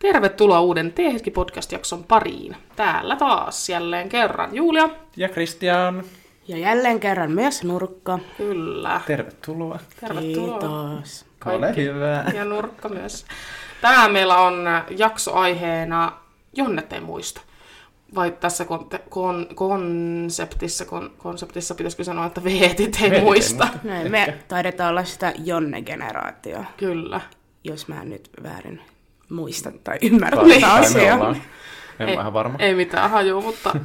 Tervetuloa uuden T-hetki podcast-jakson pariin. Täällä taas jälleen kerran Julia. Ja Christian, Ja jälleen kerran myös nurkka. Kyllä. tervetuloa. Tervetuloa. Kiitos. Ole hyvä. Ja nurkka myös. Tänään meillä on jaksoaiheena Jonnet ei muista. Vai tässä konte- kon- konseptissa, kon- konseptissa pitäisikö sanoa, että veetit ei ei muista. muista. Näin, me taidetaan olla sitä Jonne-generaatio, Kyllä. jos mä en nyt väärin muista tai ymmärrä Tai- tätä tai me asiaa. Niin, ollaan. En Ei- ole ihan varma. Ei mitään hajua, mutta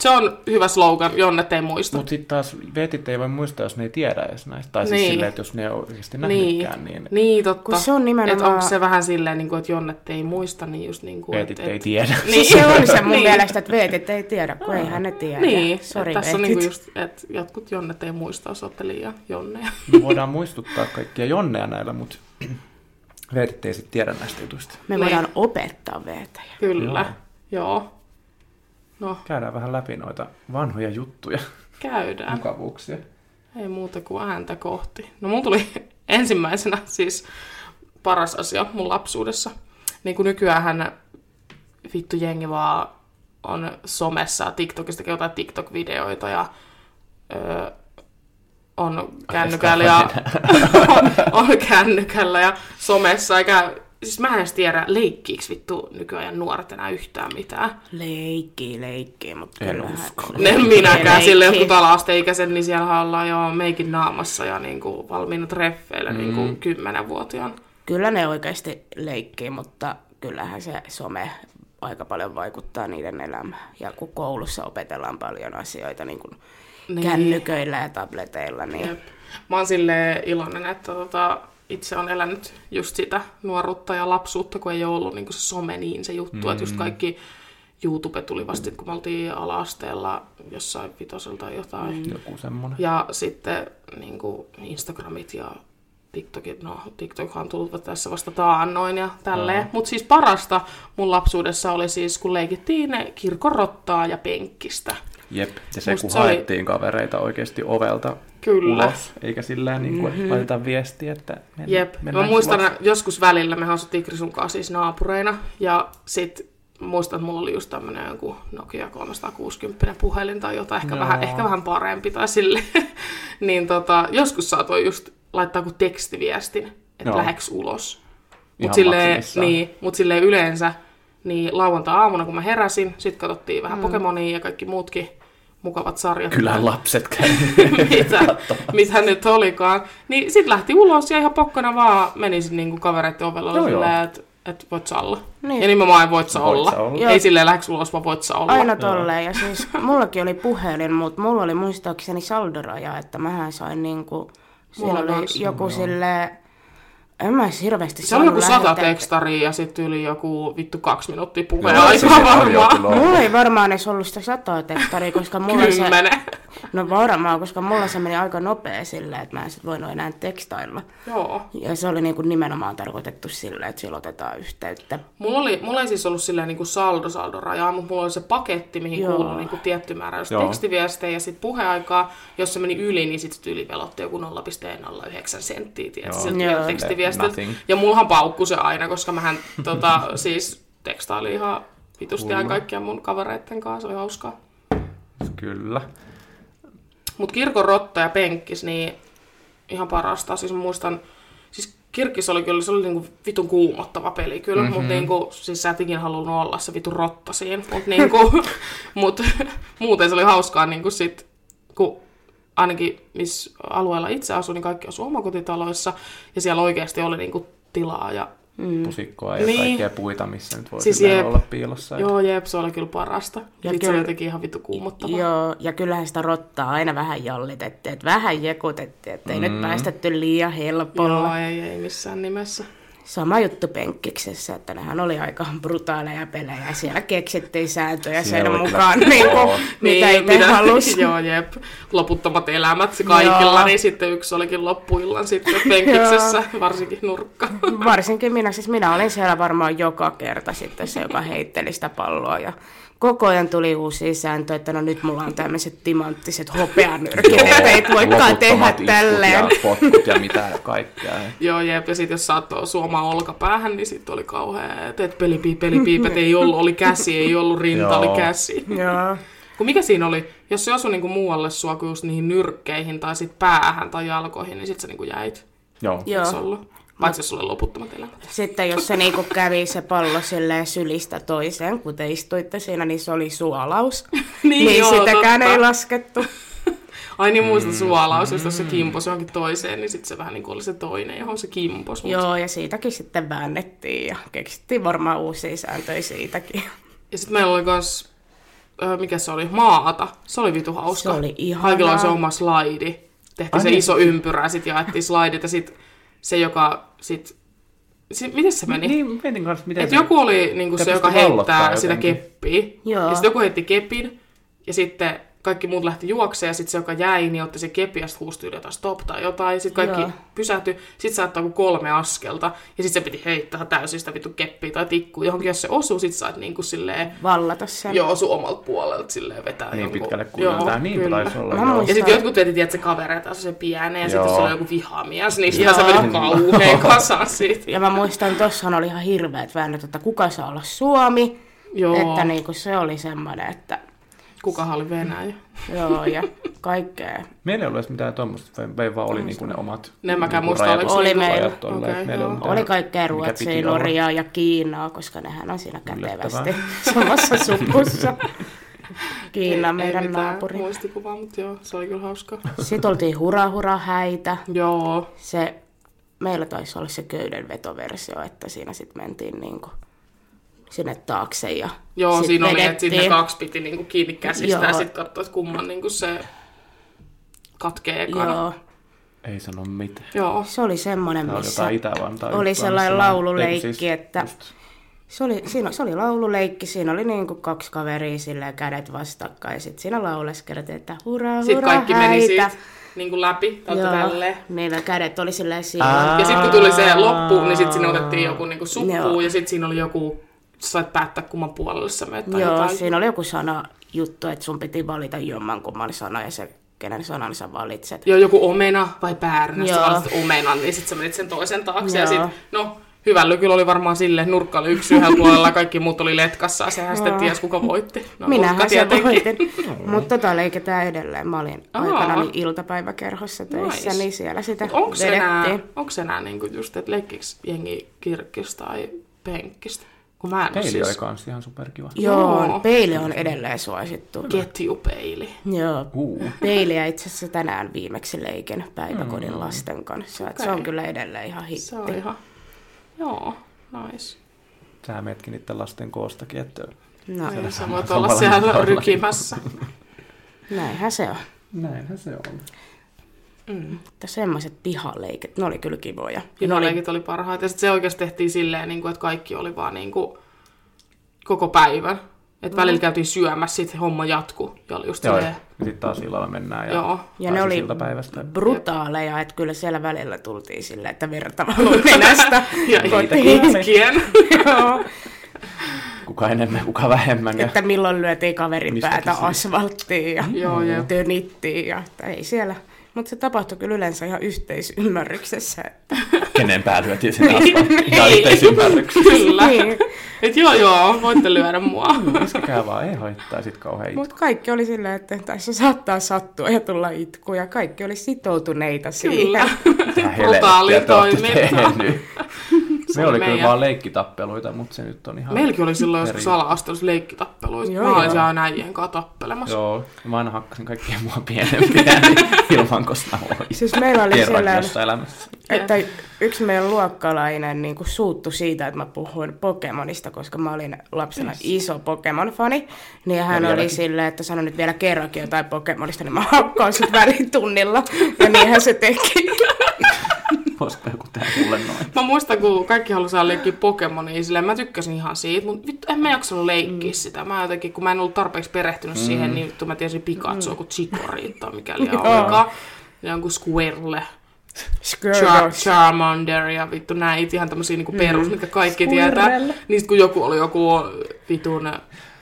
se on hyvä slogan, Jonnet ei muista. Mutta sitten taas vetit ei voi muistaa, jos ne ei tiedä edes näistä. Tai siis Niin. silleen, että jos ne ei ole oikeasti nähnytkään, niin, niin totta. Kun se on nimenomaan- Et onko se vähän silleen, niin kuin, että Jonnet ei muista, niin just niin kuin... vetit et- ei et- tiedä. Niin. Se on se mun Niin. mielestä, että veetit ei tiedä, kun eihän ne tiedä. Niin, Sori et tässä on veetit. niinku just, että jotkut jonnet ei muista, jos olette liian jonneja. Me voidaan muistuttaa kaikkia jonneja näillä, mutta vetit ei sitten tiedä näistä jutuista. Me Niin. voidaan opettaa veetäjä. Kyllä, joo. joo. No, Käydään vähän läpi noita vanhoja juttuja, käydään. mukavuuksia. Ei muuta kuin ääntä kohti. No mulla tuli ensimmäisenä siis paras asia mun lapsuudessa. Niin kuin nykyäänhän vittu jengi vaan on somessa, TikTokista jotain TikTok-videoita ja öö, on kännykällä ja on, on kännykällä ja somessa. Eikä, siis mä en edes tiedä, leikkiiks vittu nykyajan nuoret enää yhtään mitään. Leikki, leikki, mutta En kyllähän- usko. Ne minäkään, Leikki. sillä jotkut ala-asteikäiset, niin siellä ollaan jo meikin naamassa ja niin kuin valmiina treffeillä niin kuin kymmenenvuotiaan. Kyllä ne oikeasti leikkii, mutta kyllähän se some aika paljon vaikuttaa niiden elämään. Ja kun koulussa opetellaan paljon asioita niin kuin Niin. niin. kännyköillä ja tableteilla, niin Jep. Mä oon silleen iloinen, että tota, itse on elänyt just sitä nuoruutta ja lapsuutta, kun ei ole ollut niin kuin se some niin se juttu, mm. että just kaikki YouTube tuli vasta, kun me oltiin ala-asteella jossain vitoselta tai jotain. Mm. Joku semmonen. Ja sitten niin kuin Instagramit ja TikTokit, no TikTokhan on tullut tässä vasta taannoin ja tälleen. Mutta siis parasta mun lapsuudessa oli siis, kun leikittiin kirkorottaa ja penkkistä. Jep, ja se Musta kun se oli- haettiin kavereita oikeasti ovelta Kyllä. ulos, eikä sillä niin kuin, mm-hmm. laiteta viestiä, että mennään, Jep. Mä mennään muistan ulos. että joskus välillä, me asuttiin Krisun kanssa siis naapureina, ja sit muistan, että mulla oli just tämmönen joku Nokia 360 puhelin tai jotain, ehkä, No. vähän, ehkä vähän parempi tai sille. niin tota, joskus saatoi just laittaa kuin tekstiviestin, että Joo. läheks ulos. Mut Ihan silleen, maksimissaan. niin, mut silleen yleensä, niin lauantai-aamuna kun mä heräsin, sit katsottiin vähän mm. Pokemonia ja kaikki muutkin mukavat sarjat. Kyllä lapset käy. mitä, mitä nyt olikaan. Niin sit lähti ulos ja ihan pokkana vaan meni sinne niinku kavereiden ovella Joo, joo, silleen, joo. että et voit sä olla. Niin. Niin. Ja nimenomaan voit sä Voit olla. sä olla. Ei Joo. silleen lähds ulos, vaan voit sä olla. aina tolleen. Ja siis mullakin oli puhelin, mutta mulla oli muistaakseni saldoraja, että mähän sain niinku, Mulla siinä oli kans. joku sille en mä edes hirveästi Se oli joku saanut sata lähetettä. tekstaria ja sitten yli joku vittu kaksi minuuttia Joo, puheella. se Ihan se oli jo varmaan. kyllä Mulla ei varmaan edes ollut sitä sataa tekstaria, koska mulla se, Kymmenen. No varmaan, koska mulla se meni aika nopea silleen, että mä en sit voinut enää tekstailla. Joo. Ja se oli niinku nimenomaan tarkoitettu silleen, että sillä otetaan yhteyttä. Mulla, oli, mulla ei siis ollut silleen niinku saldo saldo rajaa, mutta mulla oli se paketti, mihin Joo. Joo. kuului niinku tietty määrä just Joo. tekstiviestejä ja sitten puheaikaa. Jos se meni yli, niin sitten yli velotti joku 0,09 senttiä, tiedätkö, Joo. sieltä Joo. vielä tekstiviestiltä. Nothing. Ja mullahan paukku se aina, koska mähän tota, siis tekstaili ihan vitusti aina kaikkia mun kavereitten kanssa, se oli hauskaa. Kyllä. Mutta kirkon rotta ja penkkis, niin ihan parasta. Siis mä muistan, siis kirkkis oli kyllä, se oli niinku vitun kuumottava peli kyllä, mm-hmm. mutta niinku, siis sä et ikinä halunnut olla se vitun rotta siinä, mutta niinku, mut, muuten se oli hauskaa niinku sit, kun ainakin missä alueella itse asun, niin kaikki asuu omakotitaloissa ja siellä oikeasti oli niinku tilaa ja Pusikkoa Niin. ja niin. kaikkea puita, missä nyt voi Siis siis jep. olla piilossa. Joo. Joo, jep, se oli kyllä parasta. Ja Ja se oli kyllä- jotenkin ihan vittu kuumottavaa. Joo, ja kyllähän sitä rottaa aina vähän jallitettiin, että vähän jekutettiin, että ei mm. nyt päästetty liian helpolla. Joo, ei, ei missään nimessä. Sama juttu penkkiksessä, että nehän oli aika brutaaleja pelejä. ja Siellä keksittiin sääntöjä Siellä sen oli kyllä- mukaan, niin Joo. kuin, mitä itse halusi. Joo, jep. Loputtomat elämät se kaikilla, Joo. niin sitten yksi olikin loppuillan sitten penkiksessä, varsinkin nurkka. Varsinkin minä, siis minä olin siellä varmaan joka kerta sitten se, joka heitteli sitä palloa ja koko ajan tuli uusia sääntöjä, että no nyt mulla on tämmöiset timanttiset hopeanyrkit, että ei voikaan tehdä Loputtomat iskut tälleen. Ja potkut ja mitä kaikkea. Joo, jep, ja sitten jos saattoi suomaa olkapäähän, niin sitten oli kauhea, että et pelipii, pelipiipet ei ollut, oli käsi, ei ollut rinta, Joo. oli käsi. Joo. Kun mikä siinä oli, jos se osui niinku muualle sua kuin just niihin nyrkkeihin tai sit päähän tai jalkoihin, niin sit sä niinku jäit. Joo. Joo. Joo. Ollut? Paitsi jos sulla oli loputtomat elämät. Sitten jos se niinku kävi se pallo silleen sylistä toiseen, kun te istuitte siinä, niin se oli suolaus. niin, joo, sitäkään totta. ei laskettu. Ai niin, muista suolaus, jos se kimpos johonkin toiseen, niin sitten se vähän niin kuin oli se toinen, johon se kimpos. Mut. Joo, ja siitäkin sitten väännettiin ja keksittiin varmaan uusia sääntöjä siitäkin. Ja sitten meillä oli kans, ö, mikä se oli, maata. Se oli vitu hauska. Se oli ihanaa. Kaikilla oli se oma slaidi. Tehtiin Ai se niin. iso ympyrä, sit jaettiin slaidit ja sit se, joka sit... sit miten se meni? Niin, mietin kanssa, miten Et joku oli niinku Te se, joka pystyi heittää vallottaa sitä jotenkin. keppiä. Joo. Ja sitten joku heitti kepin, ja sitten kaikki muut lähti juokseen, ja sitten se, joka jäi, niin otti se kepin, ja sitten huusi yli jotain stop tai jotain. Sitten kaikki Joo. pysähtyi, sitten saattaa kuin kolme askelta, ja sitten se piti heittää täysin sitä vittu keppiä tai tikkua johonkin, jos se osuu, sit sait niinku silleen, Vallata sen. joo, osu omalta puolelta silleen vetää Niin jonkun. pitkälle kuin tämä. Niin kyllä. pitäisi olla. Mä joo. Ja muistan. sitten jotkut veti, että se kavereita asui se pienen, ja sitten jos Joo. se oli joku vihamies, niin sitten Joo. se meni kauhean kasaan siitä. Ja mä muistan, tossahan oli ihan hirveät väännöt, että kuka saa olla Suomi. Joo, Että niinku se oli semmoinen, että kukahan oli Venäjä. joo ja kaikkea. Meillä ei ollut edes mitään tuommoista, meillä vaan oli niinku ne omat Ne mäkään niinku muista, rajat- oliko Oli meillä. rajat tolleen, Okei, et meillä ei joo. ollut mitään, Oli kaikkea mikä Ruotsia, piti olla. Norjaa ja Kiinaa, koska nehän on siinä kätevästi Yllättävää. samassa supussa. Kiina ei Niin, no, meidän mitään naapuri. muistikuvaa, mutta joo, se oli kyllä hauska. Sitten oltiin hura hura häitä. joo, Se, meillä taisi olla se köydenvetoversio, että siinä sitten mentiin niinku sinne taakse ja joo sit siinä oli, että vedettiin. sitten ne kaksi piti niinku kiinni käsistä Joo. ja sitten katsoa, että kumman niinku se katkee ekana. Joo. Joo, Ei sano mitään. joo. se oli semmoinen, Tää oli missä jotain Itä-Vantaa. oli juttua, sellainen missä mä- laululeikki, ei, kun siis että- siis just- Se oli, siinä, se oli laululeikki, siinä oli niinku kaksi kaveria silleen kädet vastakkain. Sitten siinä lauleskeltiin, että hurraa, Sitten hurraa, kaikki häitä. meni siitä niinku läpi, tai tälleen. Niillä kädet oli silleen siinä. Aa. Ja sitten kun tuli se loppuun, niin sitten sinne otettiin joku niinku Joo. suppuun ja sitten siinä oli joku, sä sait päättää kumman puolelle sä menet tai Joo, jotain. siinä oli joku sana juttu, että sun piti valita jommankumman sana ja se, kenen sanan sä valitset. Joo, joku omena vai päärynä, jos sä Joo. valitsit omenan, niin sitten sä menit sen toisen taakse ja Joo. sit, no, hyvällä kyllä oli varmaan sille, nurkka oli yksi yhdellä puolella, kaikki muut oli letkassa, ja sehän sitten ties kuka voitti. No, nurkka Minähän sen tietenkin. voitin. Mutta tota leikitään edelleen. Mä olin Aa. aikana iltapäiväkerhossa töissä, Nice. niin siellä sitä Onko se enää, vedettiin. onks enää niinku just, että leikkiks jengi kirkkistä tai penkkistä? Kun mä no en oo Peili oli siis kans ihan superkiva. Joo. Joo, peili on edelleen suosittu. ketjupeili. Joo, Uu. peiliä itse asiassa tänään viimeksi leikin päiväkodin lasten kanssa. Okay. Se on Mm. Okei. kyllä edelleen ihan hitti. Se on ihan, joo, nice. Sä metkin niiden lasten koostakin, että No, Niin, sä voit samalla olla siellä tavalla. rykimässä. näinhän se on. näinhän se on. Mm. Mutta semmoiset pihaleikit, ne oli kyllä kivoja. Ja ne oli, Pinoleikit oli parhaita. Ja sitten se oikeasti tehtiin silleen, niin kuin, että kaikki oli vaan niin kuin, koko päivän. Mm. Että välillä käytiin syömässä, sitten homma jatkuu. Ja oli just Joo, silleen, ja sitten taas illalla mennään. Ja, Joo. ja ne oli päivästä. brutaaleja, että kyllä siellä välillä tultiin silleen, että verta valui nenästä ja kotiin. itkien. Joo. Kuka enemmän, kuka vähemmän. Ja... että milloin lyötiin kaverin Mistäkin päätä siinä. asfalttiin ja Joo, jep. tönittiin ja että ei siellä. Mutta se tapahtui kyllä yleensä ihan yhteisymmärryksessä. Että, Kenen pää lyötiin sen asfaltin? Ihan yhteisymmärryksessä. Niin. Kyllä. niin. Mm. Et joo, joo, voitte lyödä mua. Iskekää vaan, ei haittaa sit kauhean itse. Mutta kaikki oli silleen, että tässä saattaa sattua ja tulla itku ja kaikki oli sitoutuneita Kyllä. siihen. Brutaali toiminta. Me oli kyllä meidän- vaan leikkitappeluita, mutta se nyt on ihan... Meilläkin oli silloin joskus Eri- ala-asteellisessa leikkitappeluissa. Joo, Mä olin joo. siellä näijien kanssa tappelemassa. Joo, mä aina hakkasin kaikkia mua pienempiä niin ilman, koska oli Siis meillä oli kerran sellainen, jossain elämässä. että yksi meidän luokkalainen niin kuin suuttu siitä, että mä puhuin Pokemonista, koska mä olin lapsena iso Pokemon-fani. Niin hän Ja oli vieläkin. silleen, että sano nyt vielä kerrankin jotain Pokemonista, niin mä hakkaan sut välitunnilla. Ja niinhän se teki. Voisiko joku tehdä mulle noin? Mä muistan, kun kaikki halusivat leikkiä Pokemonia, niin silleen mä tykkäsin ihan siitä, mutta vittu, en mä jaksanut leikkiä mm. sitä. Mä jotenkin, kun mä en ollut tarpeeksi perehtynyt mm. siihen, niin vittu mä tiesin Pikachu, mm. kun Chicory tai mikäli Joo. olikaan. Ja jonkun Squirrel, Char- Squirtle. Charmander ja vittu näitä ihan tämmösiä niinku perus, mitkä kaikki tietää. Squirrel. Niistä kun joku oli joku vitun,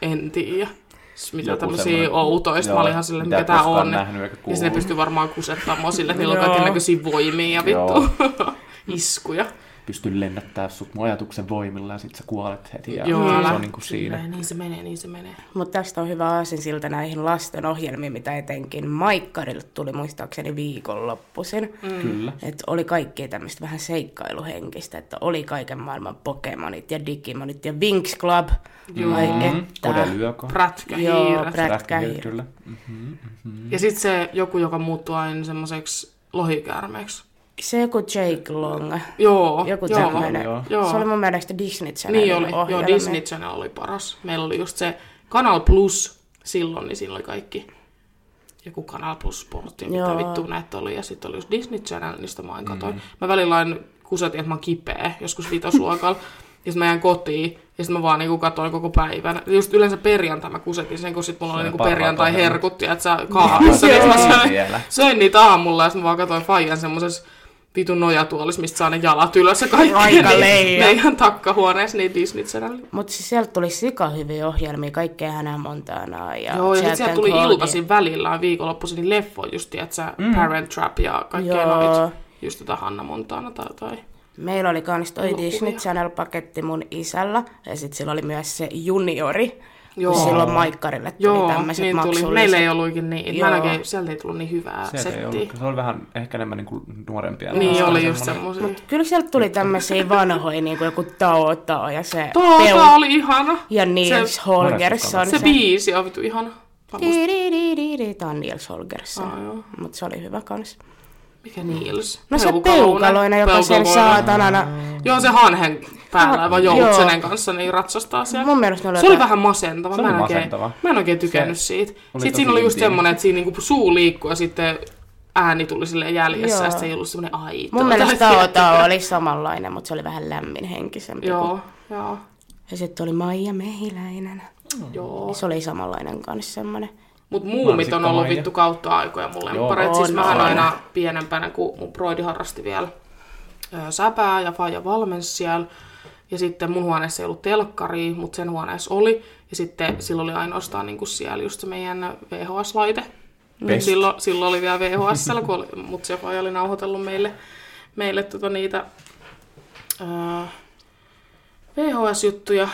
en tiedä. S- Mitä Joku tämmöisiä semmoinen- outoista. Mä Joo, olin ihan silleen, mitä mikä et tää koskaan on. nähnyt eikä ja kuullut. sinne pystyy varmaan kusettaa mua sille, että niillä on Joo. kaikenlaisia voimia ja vittu. Iskuja. Pystyn lennättää sut mun ajatuksen voimilla ja sit sä kuolet heti. Ja Joo, se älä. on niinku siinä. Niin se menee, niin se menee. Mutta tästä on hyvä aasinsilta näihin lasten ohjelmiin, mitä etenkin Maikkarille tuli muistaakseni viikonloppuisin. Mm. Kyllä. Et oli kaikkea tämmöistä vähän seikkailuhenkistä, että oli kaiken maailman Pokemonit ja Digimonit ja Winx Club. Joo. Mm-hmm. Vai Mm, että... Kodelyöko. Prätkä, Joo, hiiret. prätkähiiret. Kyllä. Ja sitten se joku, joka muuttuu aina semmoiseksi lohikäärmeeksi. Se joku Jake Long. Joo, Joku joo, tämmöinen. joo. Joo. Se oli mun mielestä Disney Channelin Niin oli, ohjelma. joo, Disney Channel oli paras. Meillä oli just se Kanal Plus silloin, niin siinä oli kaikki joku Kanal Plus sportti, mitä Joo. vittu näitä oli. Ja sitten oli just Disney Channel, niistä mä aina katsoin. Mä välillä aina kusetin, että mä oon kipeä, joskus vitosluokalla. ja sitten mä jäin kotiin, ja sitten mä vaan niinku katsoin koko päivän. Just yleensä perjantai mä kusetin sen, kun sit mulla oli Se on niinku parhaat perjantai ohjelmat. herkut, ja että sä kaapissa. niin sit mä Joo. söin, Vielä. söin niitä aamulla, ja sitten mä vaan katsoin Fajan semmosessa vitun nojatuolissa, mistä saa ne jalat ylös ja kaikki. Aika Niin- leija. ne ihan takkahuoneessa, niin Disney Channel. Mutta siis sieltä tuli sika hyviä ohjelmia, kaikkea Hannah Montanaa ja Joo, ja Jack sitten sieltä and tuli Claudia. iltaisin välillä viikonloppuisin niin leffo just, tiedätkö, mm. Parent Trap ja kaikkea Joo. noita. Just tätä Hanna Montana tai, tai. Meillä oli kans toi Elokuvia. Disney Channel-paketti mun isällä, ja sit sillä oli myös se juniori. Joo. Joo. Silloin Maikkarille tuli Joo, tämmöiset niin tuli. maksulliset. Meillä ei ollutkin niin. Mä en Joo. oikein, sieltä ei tullut niin hyvää Sieltä ei settiä. ollut. Se oli vähän ehkä enemmän niinku nuorempia. Niin Se oli just semmonen- semmosia. Kyllä sieltä tuli tämmöisiä vanhoja, niin kuin joku Tao Tao ja se Tuota oli ihana. ja Niels se- Holgersson. Se biisi on vittu ihana. Mä muistan, Di-di-di-di-di, Tää on Niels Holgersson. Aa, Ah, joo. Mutta se oli hyvä kans. Mikä Niels? No se peukaloinen, joka sen Peukaloinen. saatanana... Joo, se hanhen päällä oleva Joo. joutsenen kanssa niin ratsastaa siellä. Mun mielestä ne Se oli oli... vähän masentava. Se mä, en oli oikein, masentava. mä en oikein tykännyt Se siitä. Sitten tosi siinä oli just intiimi. semmoinen, että siinä niinku suu liikkuu ja sitten ääni tuli sille jäljessä Joo. Joo. ja sitten ei ollut semmoinen aito. Mun mielestä Tai- Tao Tao oli samanlainen, mutta se oli vähän lämminhenkisempi. kuin- Joo, joo, Ja sitten oli Maija Mehiläinen. joo. Se oli samanlainen kanssa semmoinen. Mut muumit on Mansikka ollut Maija. vittu kautta aikoja mulle Joo, lemppareet. Siis on, mähän on. aina pienempänä, kun mun broidi harrasti vielä ö, säpää ja faija valmensi siellä. Ja sitten mun huoneessa ei ollut telkkaria, mutta sen huoneessa oli. Ja sitten sillä oli ainoastaan niinku siellä just se meidän VHS-laite. Best. Silloin, silloin Niin oli vielä VHS, kun oli, mut se faija oli nauhoitellut meille, meille tota niitä öö, VHS-juttuja,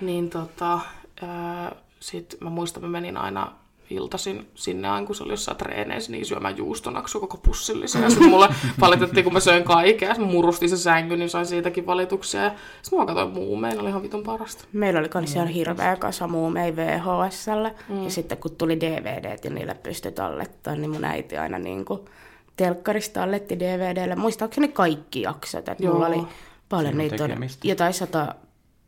niin tota, ää, sit mä muistan, mä menin aina iltasin sinne aina, kun se oli jossain treeneissä, niin syömään juustonaksu koko pussillisen. Ja sitten mulle valitettiin, kun mä söin kaikkea, sit mä murustin se sänky, niin sain siitäkin valituksia. Ja sit mä katsoin muumeen, oli ihan vitun parasta. Meillä oli kans ihan hirveä kasa muumei VHSlle. Mm. Ja sitten kun tuli DVDt ja niille pystyi tallettamaan, niin mun äiti aina niin kuin telkkarista talletti DVDlle. Muistaakseni kaikki jaksot. Että mulla Joo. oli paljon Siinä on niitä, on tekemistä. jotain sata,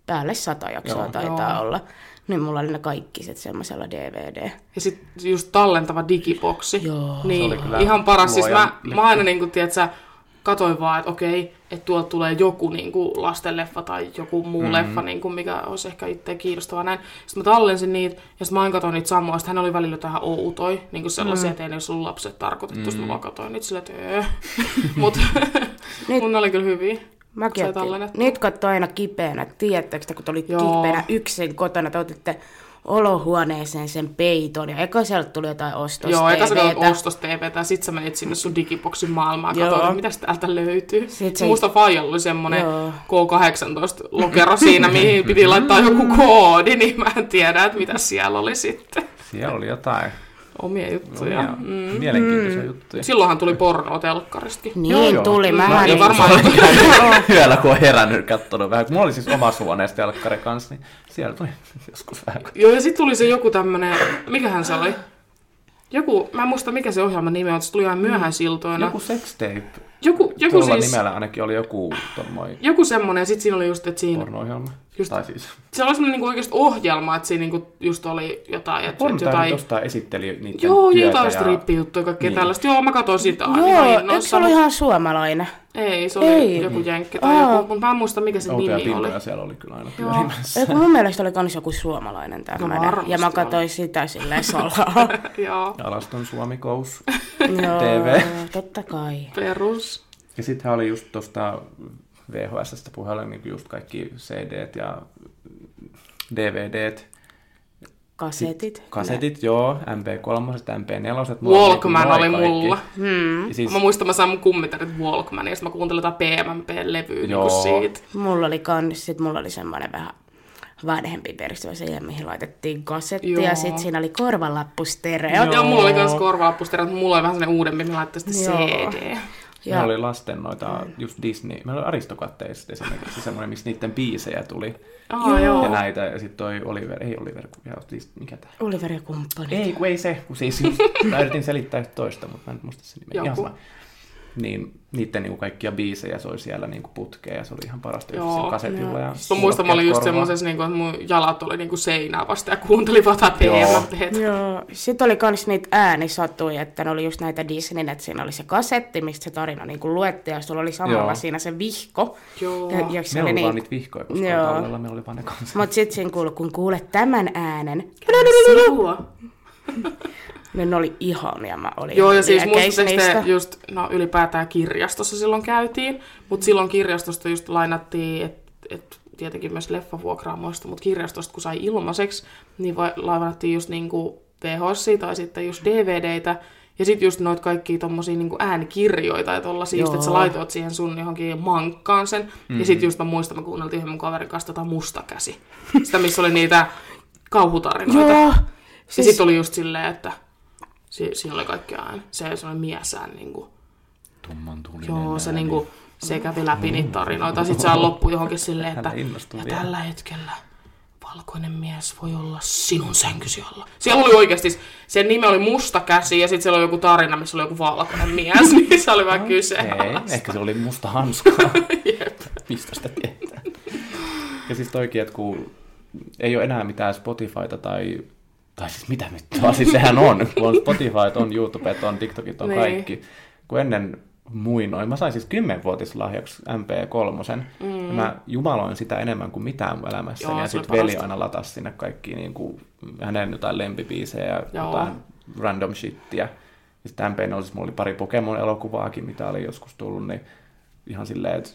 päälle sata jaksoa Joo. taitaa Joo. olla. Niin mulla oli ne kaikki sit semmoisella DVD. Ja sitten just tallentava digiboksi. Joo. Niin, Se oli kyllä ihan paras. Siis mä, luojan mä aina niin kuin, tiedätkö, katoin vaan, että okei, että tuolla tulee joku niin kuin lastenleffa tai joku muu Mhm. mm-hmm. leffa, niin kuin, mikä olisi ehkä itseä kiinnostava näin. Sitten mä tallensin niitä, ja sitten mä aina katsoin niitä samoja. Sitten hän oli välillä jotain outoja, niin kuin sellaisia, mm-hmm. että ei ne olisi ollut lapset tarkoitettu. Mhm. Mm-hmm. Sitten mä vaan katsoin niitä silleen, että öö. Mutta mun ne oli kyllä hyviä. Mäkin Sai otin- tallennettua. Niitä katsoi aina kipeänä, tiedättekö te, kun oli Joo. kipeänä yksin kotona, te otitte olohuoneeseen sen peiton ja eka sieltä tuli jotain ostos Joo, eka sä katsoit TVtä. ostos TVtä ja sit sä menit sinne sun digiboksin maailmaan ja Joo. katsoit, että mitäs täältä löytyy. Sit Se... se- Muista Faijalla oli semmonen Joo. K18-lokero siinä, mihin piti laittaa joku koodi, niin mä en tiedä, että mitä siellä oli sitten. Siellä oli jotain Omia juttuja. omia Omia. mielenkiintoisia juttuja. Silloinhan tuli porno telkkaristakin. Mm. Niin Joo, joo, joo. joo. tuli, Mä mä en niin, No, varmaan- varmaan... Yöllä kun on herännyt kattonut vähän, kun mulla oli siis omassa huoneessa telkkari kanssa, niin siellä tuli joskus vähän. Joo, ja sit tuli se joku tämmönen, mikähän se oli? Joku, mä en muista mikä se ohjelman nimi on, että se tuli ihan myöhäisiltoina. Joku sextape. Joku, joku, Joku Tuolla siis, nimellä ainakin oli joku tommoinen joku semmonen, ja sit siinä oli just, että siinä porno-ohjelma. Just- Tai siis se oli semmoinen niinku oikeasti ohjelma, että siinä niinku just oli jotain, että porno että tai jotain... jostain esitteli niiden Joo, työtä jotain ja- strippijuttuja, kaikkea Niin. niin. tällaista. Joo, mä katsoin sitä Niin, aina ihan Joo, eikö se innoissani. ollut ihan suomalainen? Ei, se oli Ei. joku jenkki tai Aa. joku, mutta mä en muista mikä sen Outoja nimi oli. pilkoja siellä oli kyllä aina pyörimässä. Eikö mun mielestä oli kans joku suomalainen tämmöinen. No varmasti ja mä oli. katsoin sitä silleen salaa. Joo, Alaston Suomi-kous. joo, TV. totta kai. perus. Ja sittenhän oli just tuosta VHSstä puheella niin just kaikki cd ja DVDt, Kasetit. kasetit, joo, MP3, MP4. Walkman oli mulla. Hmm. Ja siis, Mä muistan, mä sain mun kummitarit Walkman, ja sit mä kuuntelin jotain PMMP-levyä niin kuin Joo. siitä. Mulla oli kans, sit mulla oli semmoinen vähän vanhempi versio siihen, mihin laitettiin kasetti Joo. ja sit siinä oli korvalappu stereo. Joo, Joo. ja mulla oli kans korvalappusterit, mutta mulla oli vähän sellainen uudempi, mä laittaa sitten Joo. CD. ja. Meillä oli lasten noita, just Disney, meillä oli Aristokatteista esimerkiksi semmoinen, missä niiden biisejä tuli. Aa, joo. Ja näitä, ja sitten toi Oliver, ei Oliver, kun- ja Dis- mikä tää? Oliver ja kumppani. Ei, kun ei se, kun siis just, mä yritin selittää toista, mutta mä en muista sen nimeä. Ihan Joku. sama. Niin, niiden niinku kaikkia biisejä soi siellä niinku putkea ja se oli ihan parasta Joo, just sillä kasetilla. Ja Mä muistan, mä olin just korvaan. semmoisessa, niin että mun jalat oli niin kuin seinää vasta ja kuuntelin vaan tätä Joo. PMMP. Joo. Sitten oli kans niitä äänisatuja, että ne oli just näitä Disneyn, että siinä oli se kasetti, mistä se tarina niinku luettiin, ja sulla oli samalla Joo. siinä se vihko. Joo. Ja, ja Meillä se oli oli niin... vaan niitä vihkoja, koska Joo. tallella meillä oli vaan ne kanssa. Mut sit siinä kuului, kun kuulet tämän äänen, no, Sinua. niin ne oli ihania, mä olin Joo, ja siis liekeis muistatteko te niistä. just, no ylipäätään kirjastossa silloin käytiin, mutta silloin kirjastosta just lainattiin, että et, tietenkin myös leffavuokraamoista, mutta kirjastosta kun sai ilmaiseksi, niin vai, lainattiin just niinku VHS tai sitten just DVDitä, ja sitten just noit kaikki tommosia niinku äänikirjoita ja tollasia just, että sä Joo. laitoit siihen sun johonkin mankkaan sen. Mm-hmm. Ja sitten just mä muistan, mä kuunneltiin yhden mun kaverin kanssa tota musta käsi. Sitä, missä oli niitä kauhutarinoita. Joo, Ja siis sitten oli just silleen, että si- siinä oli kaikki ääni. Se sellainen miesään niinku, Tumman tuli. joo, se niinku, niin. se kävi läpi niitä tarinoita. Sitten se loppu johonkin silleen, että Älä innostu ja vielä. tällä hetkellä valkoinen mies voi olla sinun sänkysi alla. Siellä oli oikeasti, sen nimi oli Musta käsi ja sitten siellä oli joku tarina, missä oli joku valkoinen mies, niin se oli vähän kyse. Ei, ehkä se oli musta hanskaa. Mistä sitä tietää? Ja siis toikin, että kun ei ole enää mitään Spotifyta tai... Tai siis mitä nyt vaan, siis sehän on. Kun on Spotify, on YouTube, on TikTokit, on Niin. kaikki. Kun ennen muinoin, mä sain siis 10-vuotislahjaksi MP3. Mm. Ja mä jumaloin sitä enemmän kuin mitään mun elämässäni. Joo, ja se oli sitten veli parasta. aina latasi sinne kaikki niin kuin, hänen jotain lempibiisejä ja Joo. jotain random shittiä. Ja sitten MP oli, siis mulla oli pari Pokemon-elokuvaakin, mitä oli joskus tullut, niin ihan silleen, että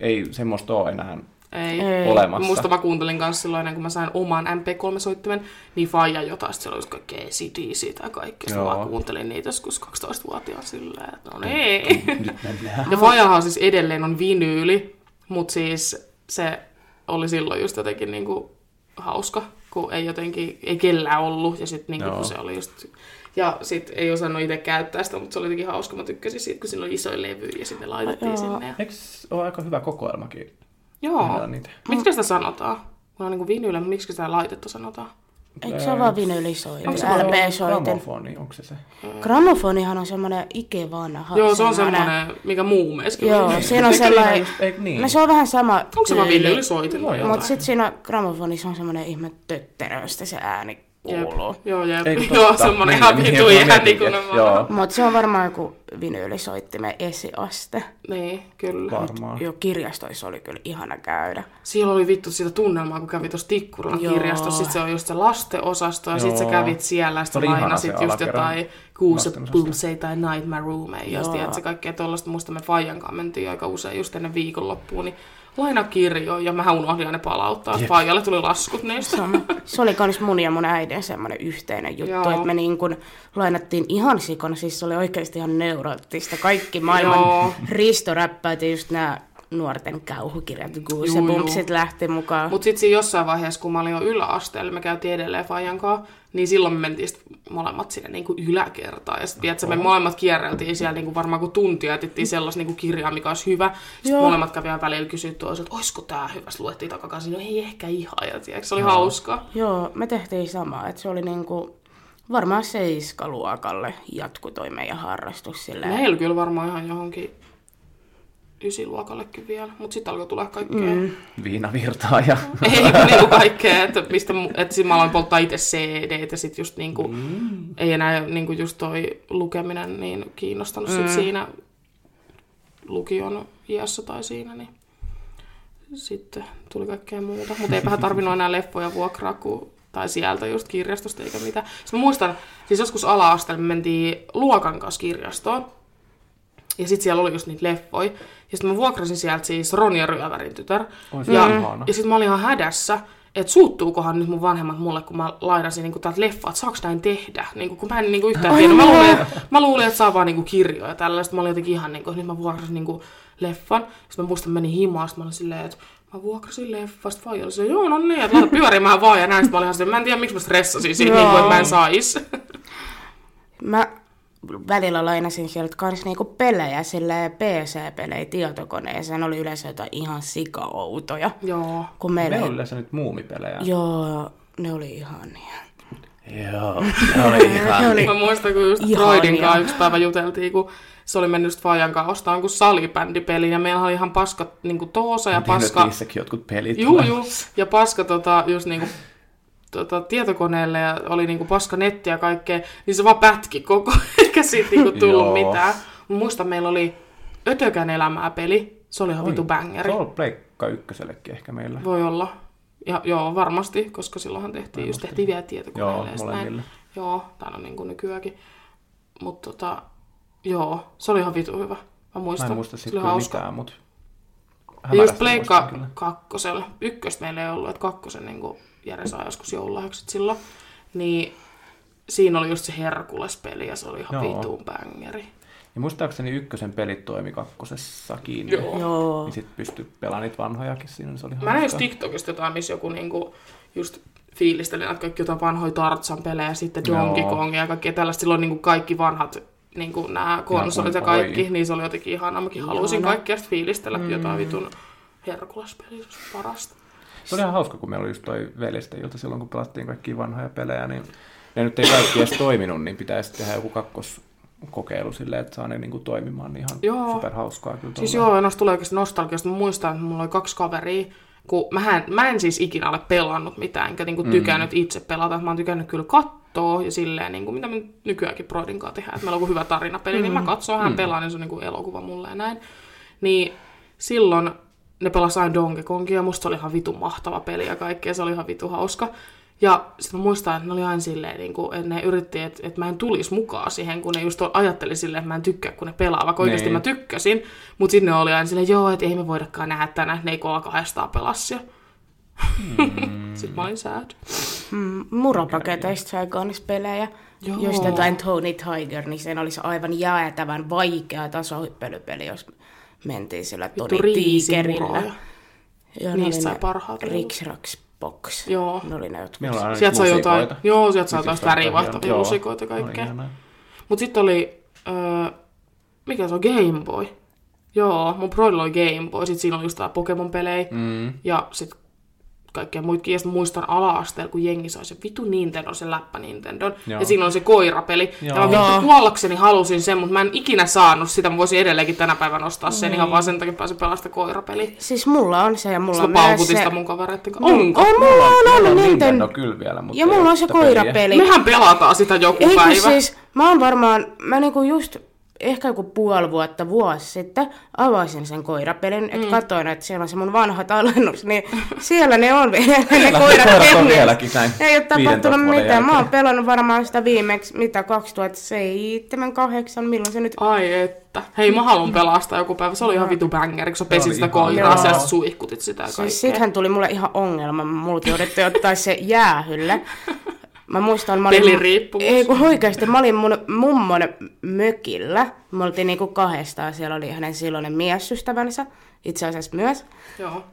ei semmoista ole enää Ei. Ei. olemassa. Musta mä kuuntelin kanssa silloin, ennen kuin mä sain oman MP3-soittimen, niin Faija jotain, sitten siellä olisi kaikkea ACDC tai kaikkea. Sitten mä Joo. vaan kuuntelin niitä joskus 12-vuotiaan silleen, että no niin. Nyt mennään. Ja Faijahan siis edelleen on vinyyli, mutta siis se oli silloin just jotenkin niinku hauska, kun ei jotenkin, ei kellään ollut. Ja sitten niinku, Joo. kun se oli just, ja sit ei osannut itse käyttää sitä, mutta se oli jotenkin hauska. Mä tykkäsin siitä, kun siinä oli isoja levyjä ja sitten ne laitettiin Joo. sinne. Ja... Eikö ole aika hyvä kokoelmakin? Joo. Tehdään niitä. Miksi sitä sanotaan? Kun on niinku vinyyllä, mutta miksi sitä laitettu sanotaan? Eikö se ole vaan vinylisoitin, Onko se LP-soitin? Gramofoni, onko se se? Gramofonihan on semmoinen ikivanha. Joo, se on semmoinen, mikä muu meiskin. Joo, siinä on sellainen... Niin. Ei, niin. No se on vähän sama Onko se vaan vinyyli soitin? Voi olla. Mutta sitten siinä gramofonissa on semmoinen ihme tötteröstä se ääni kuuluu. Joo, jep. Ei, kun Joo, totta. semmoinen Niin, ihan niin, vitu niin, ääni, niin, kun ne niin, vaan- joo. Mutta se on varmaan joku vinyylisoittimen esiaste. Niin, kyllä. Varmaan. Jo kirjastoissa oli kyllä ihana käydä. Siellä oli vittu sitä tunnelmaa, kun kävi tuossa Tikkuran Joo. kirjastossa. Sitten se on just se lastenosasto ja sitten sä Joo. kävit siellä ja Se sitten oli ihana lainasit se just alakerran jotain kuuse lastenosasto. pumsei tai Night My Room. Ja Joo. tiedätkö, kaikkea tuollaista. Muista me Fajan kanssa mentiin aika usein just ennen viikonloppua, niin lainakirjoja ja mä unohdin aina palauttaa. Yep. Fajalle tuli laskut niistä. Sama. Se oli kans mun ja mun äidin semmoinen yhteinen juttu, Joo. että me niin kun lainattiin ihan sikona, siis se oli oikeasti ihan neuroottista. Kaikki Joo. maailman ristoräppäät ja just nämä nuorten kauhukirjat, Goose Juu, juu. Bumpsit lähti mukaan. Mutta sitten siinä jossain vaiheessa, kun mä olin jo yläasteella, me käytiin edelleen Fajan kanssa, niin silloin me mentiin sit molemmat sinne niinku yläkertaan. Ja sitten me molemmat kierreltiin siellä niinku varmaan kuin tuntia, etittiin sellaista niinku kirjaa, mikä olisi hyvä. Sitten Joo. molemmat kävi aina välillä kysyä toiselta, että olisiko tämä hyvä. Sitten luettiin takakaisin, no ei ehkä ihan. Ja tiedätkö, se oli hauskaa. Joo, me tehtiin samaa, että se oli niinku varmaan seiskaluokalle jatku toi meidän harrastus silleen. Meillä kyllä varmaan ihan johonkin ysiluokallekin vielä, mutta sitten alkoi tulla kaikkea. Mm. Viinavirtaa ja... Ei, kun niinku kaikkea, että, mistä, mu- että sit mä aloin polttaa itse CD, ja sit just niinku, mm. ei enää niinku just toi lukeminen niin kiinnostanut sit siinä lukion iässä tai siinä, niin sitten tuli kaikkea muuta. Mutta eipähän tarvinnut enää leffoja vuokraa, kun, tai sieltä just kirjastosta eikä mitään. Sitten mä muistan, siis joskus ala-asteella me mentiin luokan kanssa kirjastoon, Ja sitten siellä oli just niitä leffoja. Ja sitten mä vuokrasin sieltä siis Ronja Ryövärin tytär. Oi, se ja on ihana. ja sitten mä olin ihan hädässä, että suuttuukohan nyt mun vanhemmat mulle, kun mä lainasin niinku täältä leffaa, että saaks näin tehdä. Niinku, kun mä en niinku yhtään tiedä. Mä luulin, että, mä luulin, että saa vaan niinku kirjoja ja tällaista. Mä olin jotenkin ihan niinku, että nyt mä vuokrasin niinku leffan. Sitten mä muistan, menin himaan, sitten mä olin silleen, että mä vuokrasin leffasta vaan, ja se, joo, no niin, että laita pyörimään vaan, ja näin, sitten mä olin ihan silleen, mä en tiedä, miksi mä stressasin siitä, Joo. niin kuin, että mä en sais. Mä välillä lainasin sieltä kans niinku pelejä, sillä PC-pelejä tietokoneeseen. Ne oli yleensä jotain ihan sikaoutoja. Joo. Kun meillä... Meillä on yleensä nyt muumipelejä. Joo, ne oli ihania. Joo, se oli Ne ihan. oli Mä muistan, kun just Ihania. Freudin kanssa yksi päivä juteltiin, kun se oli mennyt just Fajan kanssa ostamaan kuin salibändipeli, ja meillä oli ihan paska niin Toosa ja Paska. paska... niissäkin jotkut pelit. Juu, juu. Ja paska tota, just niinku, tota, tietokoneelle ja oli niinku paska netti ja kaikkea, niin se vaan pätki koko ajan, eikä siitä niinku tullut Joo. mitään. Mä muistan, meillä oli Ötökän elämää peli, se oli ihan vitu bängeri. Niin. Se on ollut pleikka ykkösellekin ehkä meillä. Voi olla. Ja, joo, varmasti, koska silloinhan tehtiin, just tehtiin vielä tietokoneelle. Joo, ja sit molemmille. näin. Joo, tai no niin kuin nykyäänkin. Mutta tota, joo, se oli ihan vitu hyvä. Mä Mä muistan. en muista se siitä oli kyllä hauska. mitään, mutta... Ja hämärästi just Pleikka muistan kyllä. kakkosella. Ykköstä meillä ei ollut, että kakkosen niin Jere saa joskus joululahjakset silloin. Niin siinä oli just se Herkules-peli ja se oli ihan Joo. vituun bängeri. Ja muistaakseni ykkösen pelit toimi kakkosessakin. Joo. Joo. Niin sit pystyi pelaamaan niitä vanhojakin siinä, niin se oli Mä näin just hauskaa. TikTokista jotain, missä joku niinku just fiilisteli näitä kaikki jotain vanhoja Tartsan pelejä, sitten Donkey Joo. Kongia ja kaikkea tällaista. Silloin niinku kaikki vanhat niinku nämä konsolit ja kuin oli. kaikki, niin se oli jotenkin ihanaa. Mäkin halusin kaikkea sit fiilistellä jotain Mm. vitun Herkules-peliä, se olisi parasta. Se oli ihan hauska, kun meillä oli just toi veljesten ilta silloin, kun pelattiin kaikkia vanhoja pelejä, niin ne nyt ei kaikki edes toiminut, niin pitäisi tehdä joku kakkoskokeilu silleen, että saa ne niinku toimimaan niin ihan Joo. superhauskaa kyllä. Siis tolleen. joo, ja noista tulee oikeasti nostalgiasta. Mä muistan, että mulla oli kaksi kaveria, kun mähän, mä en siis ikinä ole pelannut mitään, enkä niinku tykännyt itse pelata. Mä oon tykännyt kyllä kattoa ja silleen, niinku, mitä me nyt nykyäänkin Broidin kanssa tehdään. Et meillä on joku hyvä tarinapeli, niin mä katson, hän pelaa, niin se on niinku elokuva mulle ja näin. Niin silloin ne pelasi aina Donkey Kongia, ja musta se oli ihan vitun mahtava peli ja kaikkea, se oli ihan vitu hauska. Ja sitten mä muistan, että ne oli aina silleen, niin kuin, että ne yritti, että, että mä en tulisi mukaan siihen, kun ne just ajatteli silleen, että mä en tykkää, kun ne pelaa, vaikka oikeasti Niin. mä tykkäsin. Mutta sinne oli aina silleen, joo, että ei me voidakaan nähdä tänään, että ne ei kolla kahdestaan pelassia. Hmm. Mm. sitten mä olin sad. Mm, Muropaketeista sai kaunis pelejä. Joo. Joo. Jos jotain Tony Tiger, niin sen olisi aivan jäätävän vaikea tasohyppelypeli, jos mentiin sillä Vittu Tony riisimuroja. Tigerillä. Ja ne Niistä oli sai ne parhaat ollut. Riks Raks Box. Joo. Ne oli ne jotkut. Meillä on aina Sieltä sai lusikoita. jotain, joo, sieltä sai Siis jotain jotain värivahtavia joo. lusikoita ja No kaikkea. ihanaa. Mutta sitten oli, öö, mikä se on, Game Boy. Joo, mun broilla oli Game Boy, sitten siinä oli just tää Pokemon-pelejä Hmm. mm. ja sitten kaikkea muitakin. Ja sit mä muistan ala-asteella, kun jengi sai sen vitu Nintendo, sen läppä Nintendon. Joo. Joo. Ja siinä oli se koirapeli. Joo. Joo. Ja mä vittu Joo. kuollakseni halusin sen, mutta mä en ikinä saanut sitä. Mä voisin edelleenkin tänä päivänä ostaa sen ihan vaan sen takia, että pääsin pelaamaan sitä koirapeliä. Siis mulla on se ja mulla Sitten on mä myös paukutin se... sitä mun kavereitten kanssa. Onko? On, mulla on Meillä ollut on Nintendo. Nintendo kyllä vielä, mutta Ja ei mulla ole on se sitä peliä. koirapeli. Mehän pelataan sitä joku Ei kun päivä. Niin. siis, mä oon varmaan, mä niinku just ehkä joku puoli vuotta, vuosi sitten avasin sen koirapelin, että mm. katsoin, että siellä on se mun vanha tallennus, niin siellä ne on vielä ne ne koirat koirat on ennen. vieläkin näin Ei ole 15 tapahtunut vuoden mitään. Mä oon jälkeen. pelannut varmaan sitä viimeksi, mitä 2007, 8, milloin se nyt Ai että. Hei, mä haluan pelastaa joku päivä. Se oli ihan vitu bängeri, kun sä pesit oli sitä ihan- koiraa, sä Joo. suihkutit sitä ja kaikkea. Siis sittenhän tuli mulle ihan ongelma. Multa jouduttiin ottaa se jäähylle. Mä muistan, mä olin... Peliriippuvuus. Ei kun oikeasti, mä olin mun mummon mökillä. Me oltiin niinku kahdestaan, siellä oli hänen silloinen miesystävänsä, itse asiassa myös. Joo.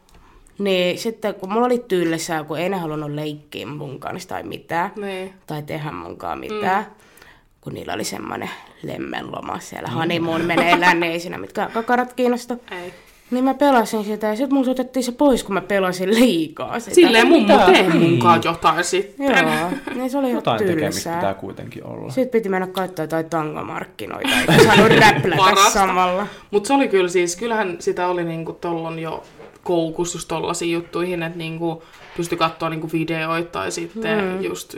Niin sitten kun mulla oli tylsää, kun ei ne halunnut leikkiä mun kanssa tai mitään, Niin. tai tehdä munkaan Mm. mitään, kun niillä oli semmoinen lemmenloma siellä, Mm. honeymoon meneillään, niin ei siinä mitkään kakarat kiinnosta. Ei. Niin mä pelasin sitä ja sitten mun otettiin se pois, kun mä pelasin liikaa sitä. Silleen mummo Mitä? tee munkaan jotain sitten. Niin. Joo, niin se oli Jotain ihan tekemistä pitää tylsää. kuitenkin olla. Sitten piti mennä katsoa jotain tangomarkkinoita, eikä saanut räplätä Parasta. samalla. Mutta se oli kyllä siis, kyllähän sitä oli niinku tollon jo koukus just tollasiin juttuihin, että niinku pystyi katsoa niinku videoita tai sitten mm. just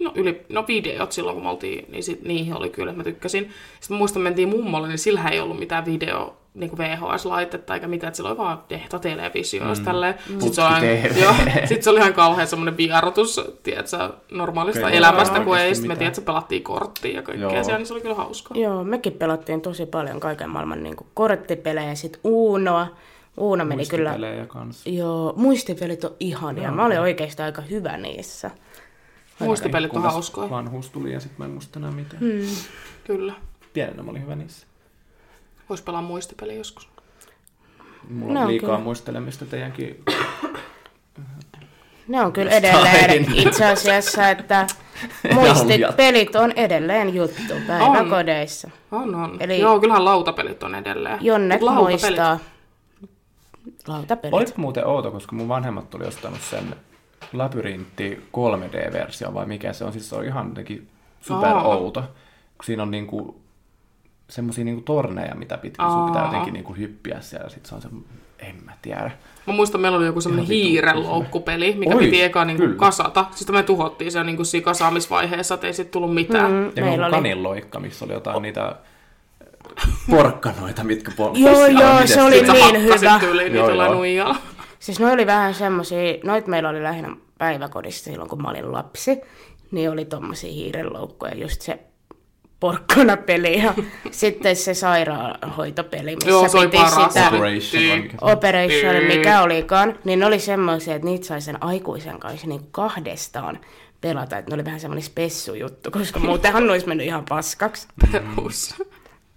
No, yli, no videot silloin, kun me oltiin, niin sit, niihin oli kyllä, että mä tykkäsin. Sitten mä muistan, mentiin mummolle, niin sillä ei ollut mitään video niin kuin VHS-laitetta eikä mitään, että sillä oli vaan tehta televisio. Hmm. Mm. Tälleen. Sitten, se oli, Putki-TV. joo, sitten se oli ihan kauhean semmoinen vierotus, tiedätkö, normaalista Kyllä, elämästä, kun oikeasti ei, sitten me mitään. tiedätkö, pelattiin korttia ja kaikkea Joo. siellä, niin se oli kyllä hauskaa. Joo, mekin pelattiin tosi paljon kaiken maailman niin korttipelejä, sit Uunoa. Uno meni kyllä... Muistipelejä kanssa. Joo, muistipelit on ihania. Mä olin oikeasti aika hyvä niissä. Muistipelit on Kunnes hauskoja, Vanhuus tuli ja sitten mä en muista enää mitään. Hmm. Mm. kyllä. Pienenä mä olin hyvä niissä. Voisi pelaa muistipeli joskus. Mulla No, on liikaa kyllä. muistelemista teidänkin. Ne on kyllä Jostain. edelleen itse asiassa, että muistipelit on edelleen juttu päiväkodeissa. On, on. Eli... Eli- Joo, kyllähän lautapelit on edelleen. Jonnet Mut lautapelit- muistaa. Lautapelit. Oliko muuten outo, koska mun vanhemmat oli ostanut sen Labyrintti 3D-versio vai mikä se on. Siis se on ihan jotenkin super Aa. outo. Kun siinä on niinku semmosia niinku torneja, mitä pitkin sun pitää Aa. jotenkin niinku hyppiä siellä. Sitten se on se, en mä tiedä. Mä muistan, meillä oli joku semmoinen Ihan vitun hiirenloukkupeli, mikä Oi, piti eka niin kuin kyllä. kasata. Sitten me tuhottiin se niin kuin siinä kasaamisvaiheessa, ettei siitä tullut mitään. Mm. Ja Meillä Meillä oli- kanin loikka, missä oli jotain niitä eh, porkkanoita, mitkä polkki. Joo, siellä. joo, Miten se oli siinä? Sä Niin hakkasit hyvä. tyyliin Joo, niitä joo. nuijalla. Siis ne oli vähän semmosia, noit meillä oli lähinnä päiväkodissa silloin, kun mä olin lapsi, niin oli tommosia hiirenloukkoja, just se porkkanapeli ja sitten se sairaanhoitopeli, missä Joo, se oli piti paras. sitä Operation vai mikä se on? Operation, mikä olikaan, niin ne oli semmoisia, että niitä sai sen aikuisen kanssa niin kahdestaan pelata, että ne oli vähän semmoinen spessujuttu, koska muutenhan ne olisi mennyt ihan paskaksi, Perus.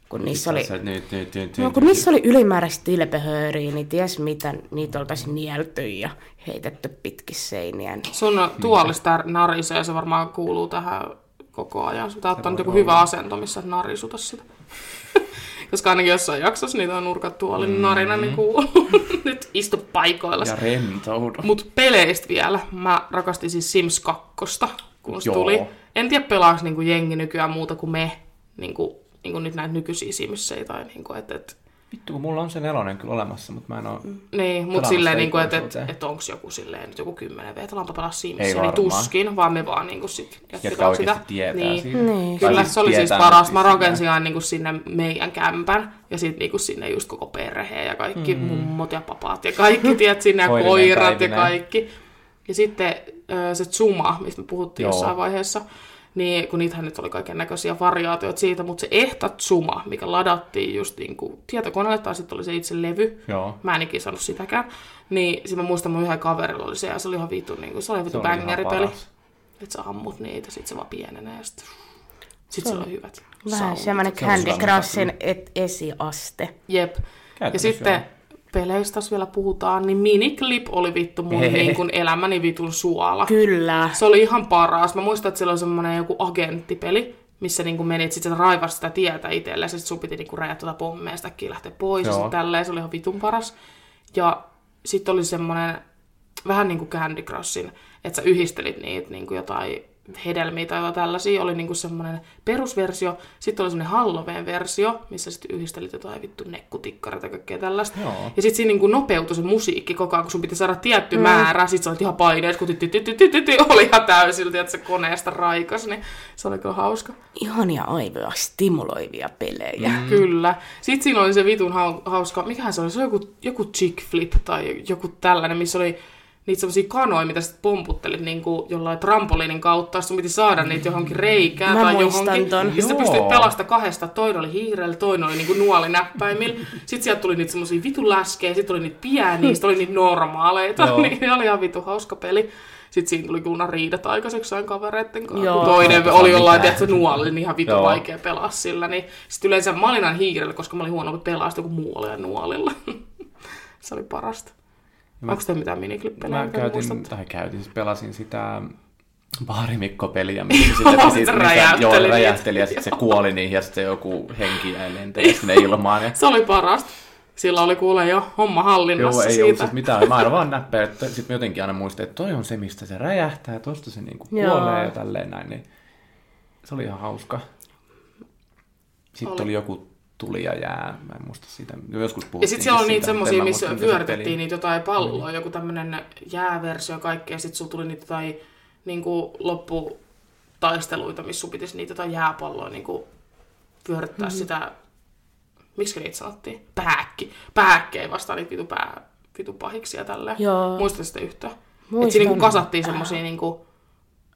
kun niissä oli... Sä niin, et Nyt, nyt, nyt, No nyt, kun niissä oli ylimääräistä tilpehööriä, niin ties mitä, niitä oltaisiin nielty ja heitetty pitkin seiniä. niin- Sun tuolista narisee, se varmaan kuuluu tähän koko ajan. Sä ottaa nyt joku hyvä asento, missä et narisuta sitä. Koska ainakin jossain jaksossa niitä on nurkat tuolin mm. narina, niin kuuluu. Nyt istu paikoilla. niin. Ja rentoudu. Mut peleistä vielä. Mä rakastin siis Sims 2, kun se Joo. tuli. En tiedä, pelaako niinku jengi nykyään muuta kuin me, niinku, niinku nyt näitä nykyisiä Simsejä tai niinku, et, et, Vittu, kun mulla on se nelonen kyllä olemassa, mutta mä en oo... Mm. niin, mut Pelaamassa silleen, ei niinku, et, et, konsolteja. et onks joku silleen nyt joku 10 V, että laanpa pelaa Ei Simsia, niin varmaan. tuskin, vaan me vaan niinku sit Jotka jatketaan oikeesti sitä. tietää niin. siitä. Niin. Tai Kyllä, se oli siis tietää, paras. mut Mä siis rakensin aina niinku sinne meidän kämpän ja sitten niinku sinne just koko perhe ja kaikki mm. mummot ja papat ja kaikki, tiedät, sinne ja Koirinen, koirat ja päivinen. kaikki. Ja sitten ö, se Zuma, mistä me puhuttiin Joo. Joo. jossain vaiheessa, niin kun niitähän nyt oli kaiken näköisiä variaatioita siitä, mutta se ehta Zuma, mikä ladattiin just niinku tietokoneelle tai sitten oli se itse levy, Joo. Mä en ikinä saanut sitäkään. Niin sit mä muistan mun yhden kaverilla oli se ja se oli ihan vitu, niin se oli vitu Se oli ihan bängeripeli. paras. Että sä ammut niitä, sit se vaan pienenee ja sit, sit sillä on hyvät Vähän soundit. semmoinen Se on Candy hyvä Crushin et esiaste. Jep. Ja Käytännössä sitten joo. peleistä, jos vielä puhutaan, niin miniklip oli vittu mun niin kuin elämäni vitun suola. Kyllä. Se oli ihan paras. Mä muistan, että siellä oli semmoinen joku agenttipeli, missä niin kuin menit, sit sä raivasit sitä tietä itsellesi, sit sun piti niin kuin räjätä tuota pommea, yhtäkkiä lähteä pois, ja Joo. sit tälleen, se oli ihan vitun paras. Ja sitten oli semmoinen, vähän niin kuin Candy Crushin, että sä yhdistelit niitä niin kuin jotain hedelmiä tai jotain tällaisia, oli niin kuin semmoinen perusversio, sitten oli semmoinen Halloween-versio, missä sitten yhdistelit jotain vittu nekkutikkareita ja kaikkea tällaista. Joo. Ja sitten siinä niin nopeutui se musiikki koko ajan, kun sun piti saada tietty mm. määrä, sit sä olit ihan paineessa, kun ty- ty- ty- ty- ty- ty- ty- oli ihan täysiltä, että se koneesta raikas, niin se oli kyllä hauska. Ihania aivoja stimuloivia pelejä. Mm. Mm. Kyllä. Sitten siinä oli se vitun hau- hauska, mikähän se oli, se oli joku, joku chick flip tai joku tällainen, missä oli niitä semmoisia kanoja, mitä sä pomputtelit niin kuin jollain trampoliinin kautta, sun piti saada niitä johonkin reikään Mä tai muistan johonkin. ton. Ja sitten Mm. Joo. pystyt pelasta kahdesta, toinen oli hiirellä, toinen oli niinku nuolinäppäimillä. sitten sieltä tuli niitä semmoisia vitun läskejä, sitten oli niitä pieniä, sitten oli niitä normaaleita, Joo. niin ne oli ihan vitun hauska peli. Sitten siinä tuli kunnan riidat aikaiseksi sain kavereitten kanssa. Joo. Kun Toinen Katsotaan oli jollain, mitään. tiedätkö, nuolilla, niin ihan vittu Joo. vaikea vaikea pelaa sillä, niin sit yleensä mä olin aina hiirellä, koska mä olin huonompi pelaa sitä kuin muu oli aina nuolilla. se oli parasta. Mä, Mä- Onko teillä mitään miniklippejä? Mä mitä käytin, muistatte? tai käytin, siis pelasin sitä baarimikko-peliä, missä sitten Sit piti, se missä- räjäytteli joo, niitä. räjähteli ja sitten se kuoli niihin ja sitten joku henki jäi lentämään sinne ilmaan. Ja, Se oli parasta. Sillä oli kuule jo homma joo, hallinnassa ei ollut siitä. siis mitään. Mä aina vaan näppäin, että sitten mä jotenkin aina muistin, että toi on se, mistä se räjähtää, ja tosta se niinku Joo. kuolee ja tälleen näin. Niin se oli ihan hauska. Sitten oli, Oli. oli joku tuli ja jää, mä en muista sitä. Joskus puhuttiin. ja sitten siellä oli niitä semmosia, semmoisia, missä pyöritettiin niitä jotain palloa, joku tämmönen jääversio ja kaikkea, ja sitten sulla tuli niitä jotain niinku, loppu taisteluita, missä sun pitäisi niitä jotain jääpalloa niin kuin pyörittää mm-hmm. sitä, miksi niitä sanottiin? Pääkki. Pääkkei vastaan niitä vitu, pää, vitu pahiksia tälleen. Joo. Muistan sitä yhtään. Muistan. Et siinä niin kasattiin semmosia niin kuin,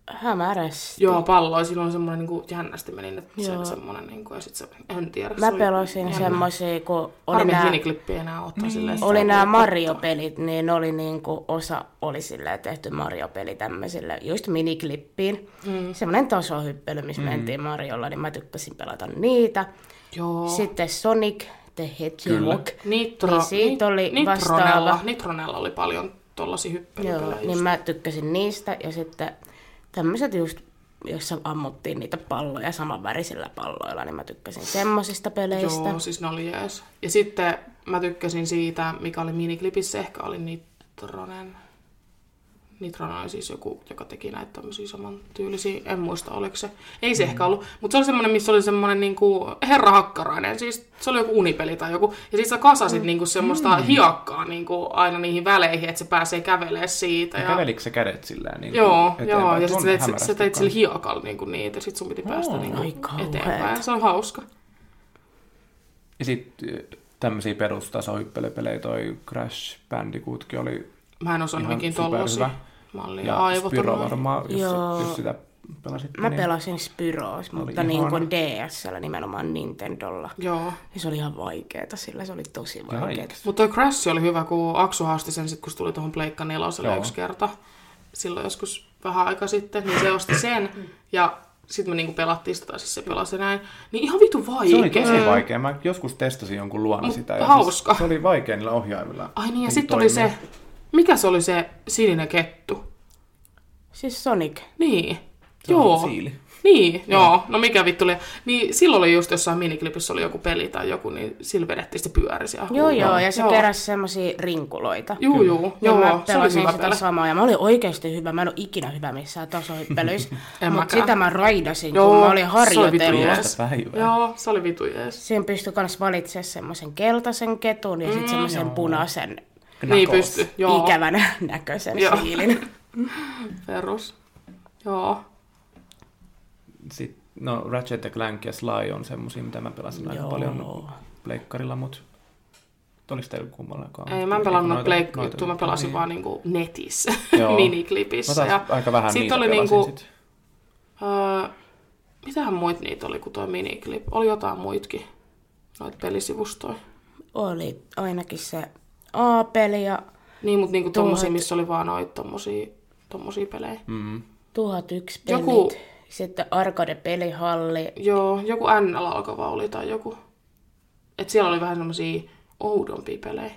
Hämärästi. joo, palloja, silloin oli semmoinen niin kuin, jännästi meni, että se Joo. oli semmoinen, niin kuin, ja sit se, en tiedä. Mä se oli pelasin jännä. semmoisia, kun oli Harmi nää, kliniklippi enää ottaa niin. silleen. oli nää Mario-pelit, niin oli niinku, osa oli silleen tehty Mario-peli tämmöisille, just miniklippiin. Mm. Semmoinen tasohyppely, missä mm. mentiin Mariolla, niin mä tykkäsin pelata niitä. Joo. Sitten Sonic the Hedgehog. Nitro, Niin siitä oli Nit- Nitronella, vastaava. Nitronella oli paljon tollasia Joo, hyppelypelejä. niin mä tykkäsin niistä. Ja sitten tämmöiset just, jossa ammuttiin niitä palloja samanvärisillä palloilla, niin mä tykkäsin semmosista peleistä. Joo, siis ne oli jees. Ja sitten mä tykkäsin siitä, mikä oli miniklipissä, ehkä oli Nitronen. Nitronen oli siis joku, joka teki näitä tämmöisiä samantyylisiä, en muista oliko se. Ei se mm. ehkä ollut, mutta se oli semmoinen, missä oli semmoinen niinku herra hakkarainen, siis se oli joku unipeli tai joku. Ja siis sä kasasit mm. niinku semmoista mm. hiakkaa niinku aina niihin väleihin, että se pääsee kävelee siitä. Ja kävelikö se kädet silleen? Niin Joo, joo, ja sitten sä, teit- sä teit sillä hiakalla niinku niitä, ja sit sun piti päästä Oo. niinku Ai kauheeta. eteenpäin. Se on hauska. Ja sitten tämmöisiä perustasohyppelypelejä, toi Crash Bandicootkin oli, Mä en osannut Ihan ikin tollasia. superhyvä. Mä olin ja aivoton. Spyro varmaan, jos, Joo. jos sitä pelasit. niin- Mä pelasin Spyroos, Oli mutta niin ihana. kuin DSllä nimenomaan Nintendolla. Joo. Ja Niin se oli ihan vaikeeta, sillä se oli tosi vaikeeta. Jaiks. Mutta toi Crash oli hyvä, kun Aksu haasti sen sit, kun se tuli tuohon Pleikka neloselle Joo. yksi kerta. Silloin joskus vähän aika sitten, niin se osti sen. Ja sitten me niinku pelattiin sitä, tai siis se pelasi näin. Niin ihan vitu Se oli vaikea. tosi vaikea. Mä joskus testasin jonkun luona Mut sitä. hauska. Siis, se oli vaikea niillä ohjaimilla. Ai niin, ja Niinku sitten oli toimia. se, mikä se oli se sininen kettu? Siis Sonic. Niin. Se on joo. siili. Niin, joo. joo. No mikä vittu oli. Niin silloin oli just jossain miniklipissä oli joku peli tai joku, niin sillä vedettiin sitten pyöri siellä. Joo, huudolla. joo, ja se keräsi semmosia rinkuloita. Juu, juu. Ja Joo, mä se oli pelasin hyvä sitä peli. samaa, ja mä olin oikeasti hyvä. Mä en ole ikinä hyvä missään tasohyppelyissä. En Mutta mäkään. sitä mä raidasin, kun Joo, mä olin se oli vitun harjoitellut. jees. Tästä päivää. Joo, se oli vitu jees. Siinä pystyi myös valitsemaan semmoisen keltaisen ketun ja sitten semmoisen punaisen Niin Knuckles. pysty, Mm. joo. ikävän näköisen Joo. siilin. Perus. Joo. Ah, Sitten, no Ratchet ja Clank ja Sly on semmosia, mitä mä pelasin aika Joo. paljon pleikkarilla, mut oliko teillä kummallakaan? Ei, mä en Eikö pelannut noita- pleikka noita- juttuja, mä pelasin niin. vaan niinku netissä, Joo. miniklipissä. Mä taas aika vähän sit niitä oli pelasin niinku, sit. Öö, mitähän muit niitä oli kuin toi miniklip? Oli jotain muitkin, noita pelisivustoja. Oli ainakin se A-peli ja Niin, mutta niinku tommosia, missä oli vaan noita tommosia, tommosia pelejä. Mm. 1001 pelit. Joku- Joku... Sitten arcade-pelihalli. Joo, joku NL alkava oli tai joku. Et siellä oli vähän semmosia oudompia pelejä.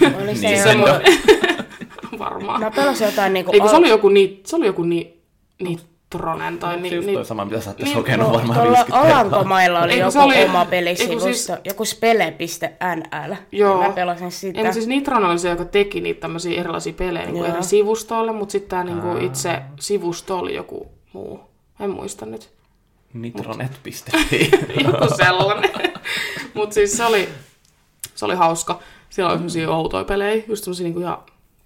Oli se Niin. joku... Varmaan. Mä pelasin jotain niinku... Ei, kun se al- oli joku, ni, se oli joku ni, nitronen tai ni, Se just ni, toi sama, mitä sä oot tässä Niin, hokenut no, varmaan tuolla 50 kertaa. Alankomailla oli Ei, kun joku se oli- oli... oma ei, kun pelisivusto, siis- siis... joku spele.nl. Joo. Mä pelasin sitä. Ei, mutta siis Nitron oli se, joka teki niitä tämmöisiä erilaisia pelejä niin Joo. eri sivustoille, mutta sitten tämä niinku itse sivusto oli joku muu. En muista nyt. Nitronet.fi. Joku sellainen. mutta siis se oli, se oli hauska. Siellä oli semmoisia outoja pelejä, just semmoisia niinku ihan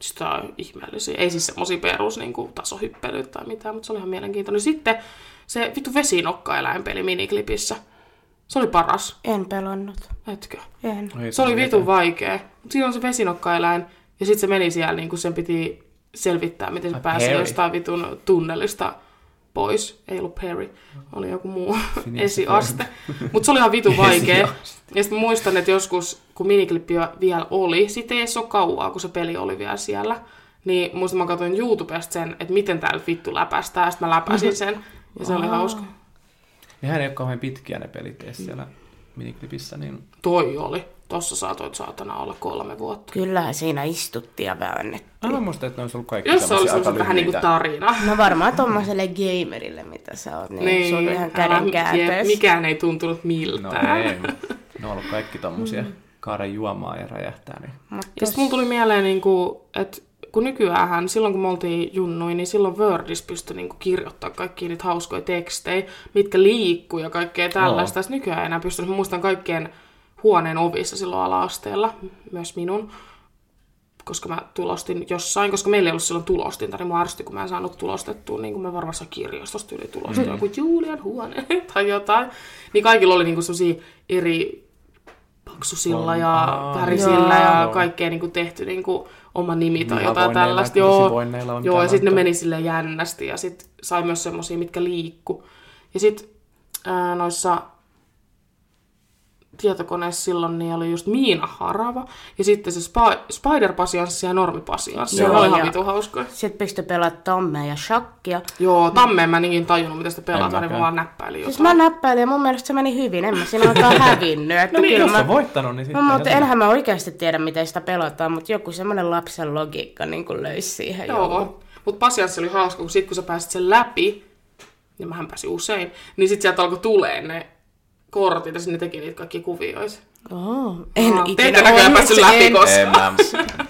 sitä ihmeellisiä. Ei siis semmoisia perus niinku, tasohyppelyitä tai mitään, mutta se oli ihan mielenkiintoinen. Sitten se vittu vesinokkaeläinpeli miniklipissä. Se oli paras. En pelannut. Etkö? En. Ei niin, Se oli tule vitun vaikea. Mut siinä on se vesinokkaeläin, ja sitten se meni siellä, niin kun sen piti selvittää, miten se Ai, pääsee Perry. jostain vitun tunnelista pois. Ei ollut Perry, oli joku muu esiaste. Mutta se oli ihan vitun vaikea. Ja sitten muistan, että joskus, kun miniklippiä vielä oli, sitten ei edes ole kauaa, kun se peli oli vielä siellä, niin muistan, mä katsoin YouTubesta sen, että miten täällä vittu läpästää, ja sitten mä läpäsin sen, ja se oli hauska. Nehän niin. ei ole kauhean pitkiä ne pelit edes siellä miniklipissä, niin Toi oli. Tossa saatoit saatana olla kolme vuotta. Kyllähän siinä istuttiin ja väännettiin. Mä muistan, että ne olisi ollut kaikki Jos se olisi semmosia semmoiset aika vähän niin kuin lyhyitä. tarina. No varmaan tuommoiselle gamerille, mitä sä oot, niin, niin. sun ihan älä- käden jep, käänteessä. Mikään ei tuntunut No miltään. ei, ne on ollut kaikki tommosia. Mm. Kaada juomaa ja räjähtää, niin ja sitten mulla tuli mieleen, niin kuin, että kun nykyään, silloin kun me oltiin junnuin, niin silloin Wordissa pystyi niin kirjoittaa kaikkia niitä hauskoja tekstejä, mitkä liikkuu ja kaikkea tällaista. No. Nykyään ei enää pystynyt, mä muistan kaikkien huoneen ovissa silloin ala-asteella, myös minun, koska mä tulostin jossain, koska meillä ei ollut silloin tulostinta, niin mua ärsytti, kun mä en saanut tulostettua, niin kuin me varmasti kirjastosta yli tulostin, joku Julian huone tai jotain. Niin kaikilla oli niin kuin sellaisia eri paksusilla ja Aa, värisillä joo. ja Joo. kaikkea niin kuin tehty niin kuin oma nimi tai jotain Niin, avoinneilla, tällaista. että Joo, sivuaineilla on joo mitä ja sitten ne laittaa. meni sille jännästi ja sitten sai myös semmoisia, mitkä liikku. Ja sitten noissa tietokoneessa silloin niin oli just Miina Harava ja sitten se spa- Spider-pasianssi ja normipasianssi. Joo, Joo, oli ihan ja- vitu hauskoja. Sitten pystyi pelaamaan tammeja ja shakkia. Joo, tammeen mä en ikinä tajunnut, miten sitä pelataan, niin mä mäkään. vaan näppäilin jotain. Siis mä näppäilin ja mun mielestä se meni hyvin, en mä siinä oikein hävinnyt. Että No niin, kyllä jos mä, on voittanut, niin no, sitten... mutta enhän mä oikeasti tiedä, miten sitä pelataan, mutta joku semmoinen lapsen logiikka niin kuin löysi siihen. jonkun. Joo, mutta pasianssi oli hauska, kun sit kun sä pääsit sen läpi, ja mähän pääsin usein, niin sit sieltä alkoi tulee ne kortit ja sinne teki niitä kaikki kuvioita. Oo, en Aa, ikinä teitä näköjään voinut päässyt se- läpi, en- kun- En mä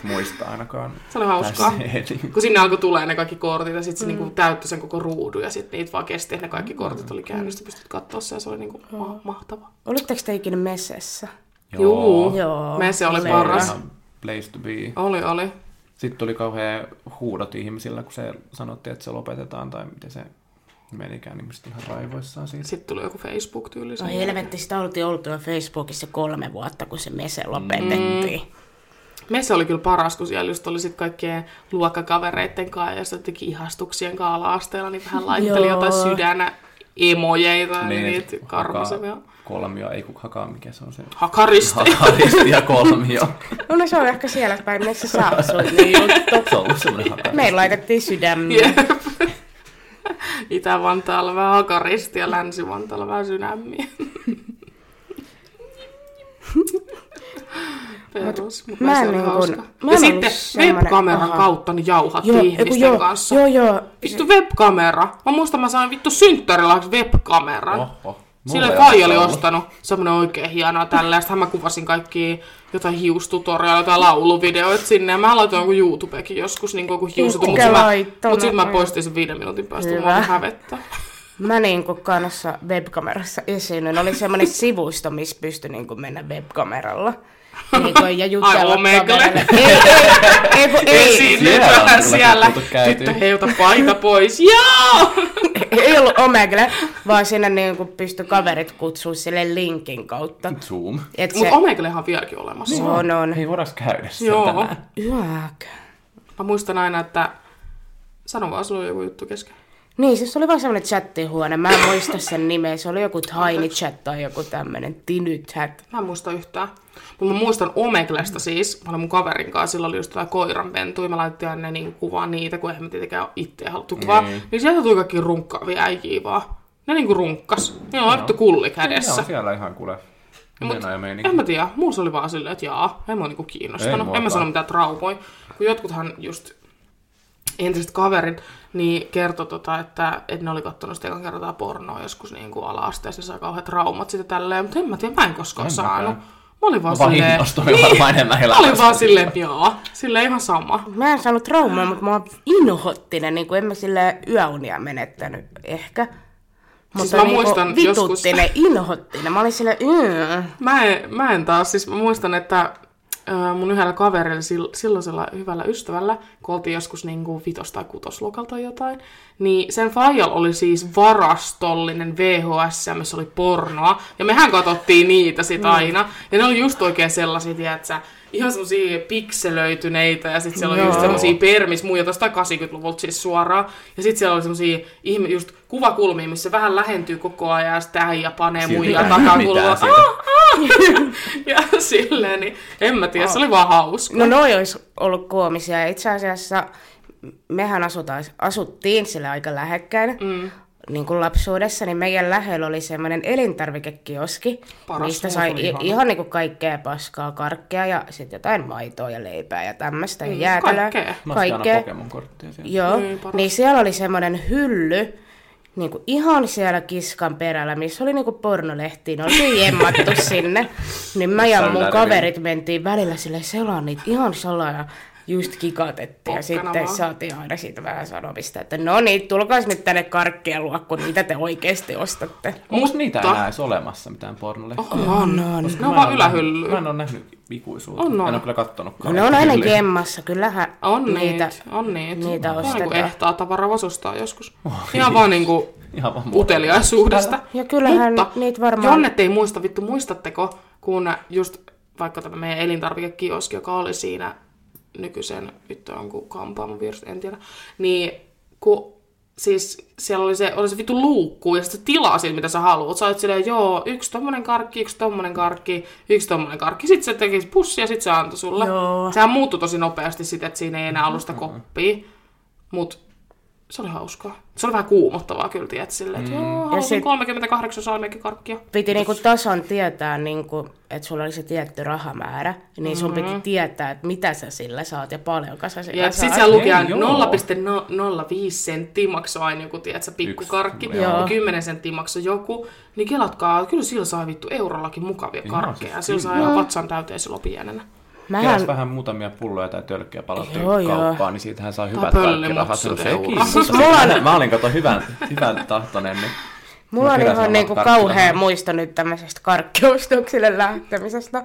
muista ainakaan. Se oli hauskaa. Tässä- Kun sinne alkoi tulee ne kaikki kortit ja sit se niinku täyttyi sen koko ruudun ja sit niitä vaan kesti, että ne kaikki kortit oli käynnissä, pystyt katsoa se ja se oli niinku ma- mahtava. Olitteko te ikinä mesessä? Juu. Joo. Me se oli Se paras. Ihan place to be. Oli, oli. Sitten tuli kauhean huudot ihmisillä, kun se sanottiin, että se lopetetaan tai miten se menikään, niin sitten ihan raivoissaan siitä. Sitten tuli joku Facebook-tyyli. No sinne. helvetti, sitä oltiin oltu jo Facebookissa kolme vuotta, kun se mese lopetettiin. Mm. Meissä oli kyllä paras, kun siellä just oli sit kaikkien luokkakavereiden kanssa ja sitten teki ihastuksien kanssa ala-asteella, niin vähän laitteli Joo. jotain sydänä emojeita Niin, ja niitä että karmasemia. hakaa kolmio, ei kun hakaa, mikä se on se. Hakaristi. Hakaristi ja kolmio. No, no se on ehkä siellä päin, missä sä asut, niin juttu. se on ollut semmoinen hakaristi. Meillä laitettiin sydämiä. Jep. Itä-Vantaalla vähän hakaristi ja Länsi-Vantaalla vähän sydämiä. Perus, mutta mä mä en en niin kun- hauska. mä Ja en sitten ollut semmonen- webkameran Aha. kautta niin jauhattiin ei kun ihmisten joo, kanssa. joo, joo. Vittu webkamera. Mä muistan, mä sain vittu synttärilahjaksi webkameran. Oh. Oho. Sillä Mulla ei Kai oli ollut. ostanut semmonen oikein hienoa tällaista. Mä kuvasin kaikki jotain hiustutoriaaleja tai lauluvideoita sinne. Ja mä laitoin joku YouTubekin joskus niin kuin hiusut. Mutta Mikä mä, laittona? mut sit mä poistin sen viiden minuutin päästä. Hyvä. Mulla oli hävettä. Mä niin kuin kanssa webkamerassa esiinnyin. Oli semmoinen sivusto, missä pystyi niin kuin mennä webkameralla. Niin kuin, ja jutella Aivan omegale. kameralle. Ei, ei, ei, kun ei, Esiin siellä on vähän kyllä siellä. tultu käytyä. Tyttö heijuta paita pois. Joo! ei ollut omegle, vaan siinä niin kuin pystyi kaverit kutsua sille linkin kautta. Zoom. Et se, Mut Omeglehan on vieläkin olemassa. se on, no on. Ei voidas käydä sitä Joo. tänään. Yäkä. Mä muistan aina, että... Sano vaan, sulla on joku juttu kesken. Niin, siis se oli vaan semmoinen chattihuone. Mä en muista sen nimeä. Se oli joku tiny chat tai joku tämmönen tiny chat. Mä en muista yhtään. Mutta mä muistan Omeglesta siis. Mä olin mun kaverin kanssa, sillä oli just jotain koiranpentuja. Mä laitettiin aina niin kuvaa niitä, kun eihän mä tietenkään itse haluttu kuvaa. Mm. Niin sieltä tuli kaikki runkkaavia äijiä vaan. Ne niinku runkkas. Niillä on vittu kulli Joo, kädessä. siellä ihan kuule. Menoja ja meininki. No, En mä tiedä, mulla se oli vaan silleen, että jaa, en mä niinku kiinnostanut. Ei en mä sano muakaan. mitään traumoja. Kun jotkuthan just entiset kaverit, niin kertoi, tota, että, että ne oli kattonut sitä ekan kertaa pornoa joskus niin kuin ala-asteessa, ja sai kauheat traumat sitä tälleen, mutta en mä tiedä, mä en koskaan en En saanut. mäkään. Mä olin vaan Mä vaan silleen, innostuin varmaan enemmän mä olin elämästä vaan silleen, silloin. että joo, silleen ihan sama. Mä en saanut traumaa, mutta mä oon inhottinen. Niin kuin en mä sille yöunia menettänyt ehkä. Mutta Siis mä niinku muistan joskus- vituttinen, inhottinen. Mä olin sille, mm. Mä en, mä en taas, siis mä muistan, että ö, mun yhdellä kaverilla, sil- silloisella hyvällä ystävällä, kun oltiin joskus niin kuin vitos- tai kutosluokalta tai jotain, niin sen faijal oli siis varastollinen VHS, missä oli pornoa, ja mehän katsottiin niitä sit aina, ja ne oli just oikein sellaisia, tiedätkö, ihan semmosia pikselöityneitä, ja sitten siellä oli just Joo. semmosia permismuja tuosta 80-luvulta siis suoraan, ja sitten siellä oli semmosia ihme, just kuvakulmia, missä se vähän lähentyy koko ajan, ja sitten äijä panee Silti muija ei takakulmaa. mitään siitä. Ah, ja silleen, niin en mä tiedä, se oli vaan hauska. No noi olisi ollut koomisia. Ja Itse asiassa mehän asutaan, asuttiin sille aika lähekkäin. Mm. Niin kuin lapsuudessa, niin meidän lähellä oli semmoinen elintarvikekioski, Paras, mistä se sai oli i- ihana. ihan niin kuin kaikkea paskaa, karkkia ja sitten jotain maitoa ja leipää ja tämmöistä mm, jäätelöä. kaikkea. Mä ostin aina Pokemon-korttia siellä. Joo, Niin, paras. niin siellä oli semmoinen hylly, niin kuin ihan siellä kiskan perällä, missä oli niinku pornolehtiin, oltiin jemmattu sinne. Niin mä ja mun Sälläriin. kaverit mentiin välillä sille selaan niitä ihan salaa ja just kikatettiin ja Pokkana sitten vaan. saatiin aina siitä vähän sanomista, että no niin, tulkaa nyt tänne karkkeen luo, kun niitä te oikeasti ostatte. Onko niitä Mutta- enää edes olemassa mitään pornolle? On, on. Ne on vaan Mm. Mä ylähyllyllä. en ole nähnyt ikuisuutta. On, on. En ole kyllä kattonutkaan. No ne on aina Kyllä. jemmassa, kyllähän On niitä. niitä. Niit, on niitä. niitä Vähän ostetaan. kuin ehtaa tavaraa vastustaa joskus. Ihan vaan niinku Ihan vaan uteliaisuudesta. Ja kyllähän niitä varmaan- Jonnet ei muista, vittu muistatteko, kun just vaikka tämä meidän elintarvikekioski, joka oli siinä nykyisen, vittu jonkun kampaamon vieressä, en tiedä, niin kun siis siellä oli se, oli se vittu luukku ja sitten sä tilasit, mitä sä haluat. Sä olet silleen, joo, yksi tommonen karkki, yksi tommonen karkki, yksi tommonen karkki. Sitten se teki pussia ja sitten se antoi sulle. Joo. Sehän muuttui tosi nopeasti sit, että siinä ei enää ollut sitä koppia. Mut se oli hauskaa. Se oli vähän kuumottavaa kyllä, tiedät, silleen, Mm. että joo, halusin se- 38 salmiakkikarkkia. piti niinku tasan tietää, niinku, että sulla oli se tietty rahamäärä, niin sun mm-hmm. piti tietää, että mitä sä sillä saat ja paljonko sä sillä Ja saat. sitten siellä luki Ei, aina joo. 0,05 senttiä maksoi aina joku, tiedätkö, pikkukarkki. Yksi, ja joo. 10 senttiä maksoi joku. Niin kelatkaa, kyllä sillä sai vittu eurollakin mukavia Ihan karkkeja. siis Sillä sai ihan vatsan täyteen silloin pienenä. Mähän, Keräs vähän muutamia pulloja tai tölkkiä palattiin Joo, joo. kauppaan, niin siitähän saa hyvät pölli karkkirahat. mutsu No seuraa. sekin. Mä, mä olin kato hyvän, hyvän tahtonen. Niin. mulla Mä on keräsin ihan omat niinku karkkirahat. kauhea muisto nyt tämmöisestä karkkiostoksille lähtemisestä.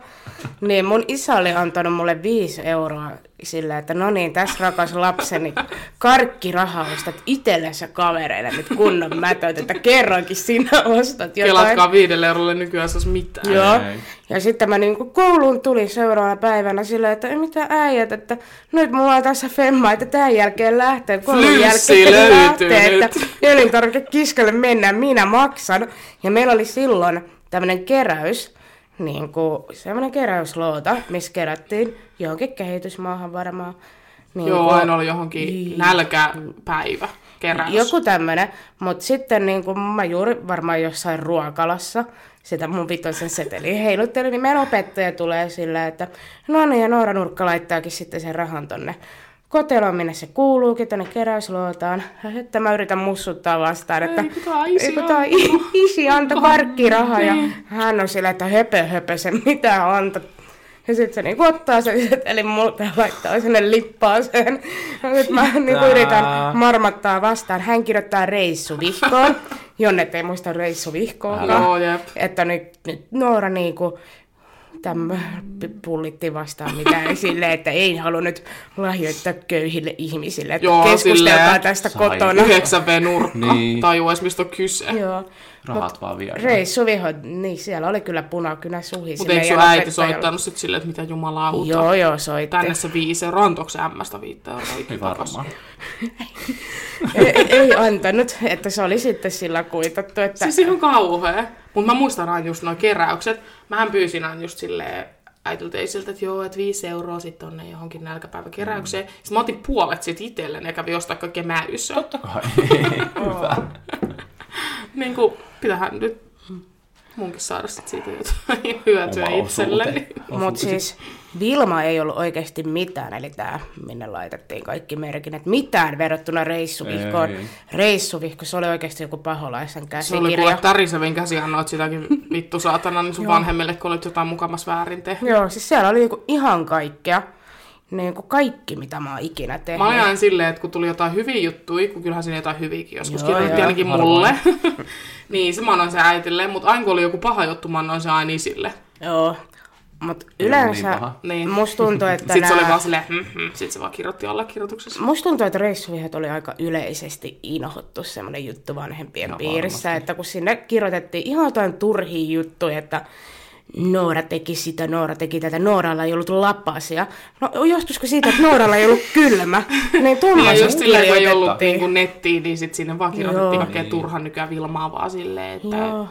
niin mun isä oli antanut mulle viisi euroa sillä, että no niin, tässä rakas lapseni, karkkirahaa ostat itsellensä kavereille nyt kunnon mätöt, että kerrankin sinä ostat jotain. Kelatkaa viidelle eurolle nykyään saisi mitään. Joo. Ei. Ja sitten mä niinku kouluun tulin seuraavana päivänä silleen, että "Ei mitä äijät, että nyt mulla on tässä femma, että tämän jälkeen lähtee, koulun Flyssi jälkeen löytyy lähtee, nyt. että elintarvikekiskalle mennään, minä maksan. Ja meillä oli silloin tämmöinen keräys, niin kuin semmoinen keräysloota, missä kerättiin johonkin kehitysmaahan varmaan. Niin Joo, kuin- aina oli johonkin nälkäpäivä keräys. joku tämmönen, mutta sitten niin kun mä juuri varmaan jossain ruokalassa sitä mun vitosen seteliä heiluttelin, niin meidän opettaja tulee sillä, että no niin, ja Noora Nurkka laittaakin sitten sen rahan tonne koteloon, minne se kuuluukin, tonne keräysluotaan. Että mä yritän mussuttaa vastaan, että kun tää isi Niin. "Ei, kun tää i- isi antoi karkkirahaa, ja hän on sillä, että höpö, höpö, se mitä antoi. Ja sitten se niinku ottaa sen setelin multa ja laittaa sinne lippaaseen. Nyt mä niinku yritän marmattaa vastaan. Hän kirjoittaa reissuvihkoon. Jonnet ei muista reissuvihkoa. Joo, jep. Että nyt, nyt Noora niinku täm pullitti vastaan mitään silleen, että ei halua nyt lahjoittaa köyhille ihmisille. Että Joo, keskustelkaa silleen. tästä Sai. kotona. 9 V-nurkka. Niin. Tajua edes, mistä on kyse. Joo. Rahat vaan vielä. Reissuvihot, niin siellä oli kyllä punakynä suhisi. Mutta eikö sun meidän äiti opettajalle. soittanut sit silleen, että mitä jumalauta? Joo, joo, soitti. Tänne se viisi euroa, antoiko se ämmästä viittä euroa Ei ikinä varmaan. takaisin? ei, ei antanut, että se oli sitten sillä kuitattu, että Siis ihan kauhea. Mutta mä muistan aina just noi keräykset. Mähän pyysin aina just silleen äitiltä ja isiltä, että joo, että viisi euroa sitten tonne johonkin nälkäpäiväkeräykseen. Mm. Sitten mä otin puolet sit itellen ja kävin ostaa kaikkea mäyssä. Totta kai. Hyvä. Niin kuin, pitähän nyt munkin saada sit siitä jotain hyötyä Oma itselleni. osuute- Mutta siis Vilma ei ollut oikeasti mitään, eli tämä, minne laitettiin kaikki merkinnät, mitään verrattuna reissuvihkoon. Ei. Reissuvihko, se oli oikeasti joku paholaisen Se oli kuule käsikirja. tärisevin käsi, annoit sitäkin vittu saatana, niin sun vanhemmille, kun olit jotain mukamas väärin tehnyt. Joo, siis siellä oli niinku ihan kaikkea, niinku kaikki mitä mä oon ikinä tehnyt. Mä olin aina silleen, että kun tuli jotain hyviä juttuja, kun kyllähän siinä jotain hyviäkin joskus Joo, kirjoitti joo, ainakin varmaan. mulle, niin se mä annoin sen äitille, mutta aina kun oli joku paha juttu, mä annoin sen aina isille. Joo, mutta Ei ollut niin yleensä paha. Niin. musta tuntuu, että Sitten se oli nää- vaan silleen, hm, hm. sitten se vaan kirjoitti allekirjoituksessa. Musta tuntuu, että reissuvihat oli aika yleisesti inhottu semmoinen juttu vanhempien No no, piirissä, että kun sinne kirjoitettiin ihan jotain turhia juttuja, että Noora teki sitä, Noora teki tätä, Nooralla ei ollut lapasia. No joskus kun siitä, että Nooralla ei ollut kylmä, niin Ja tuommoisen just silleen, kun ei ollut kirjoitettiin. niinku niin kuin nettiin, niin sitten sinne vaan kirjoitettiin Joo. kaikkea turhan nykyään vilmaa vaan silleen, että Joo.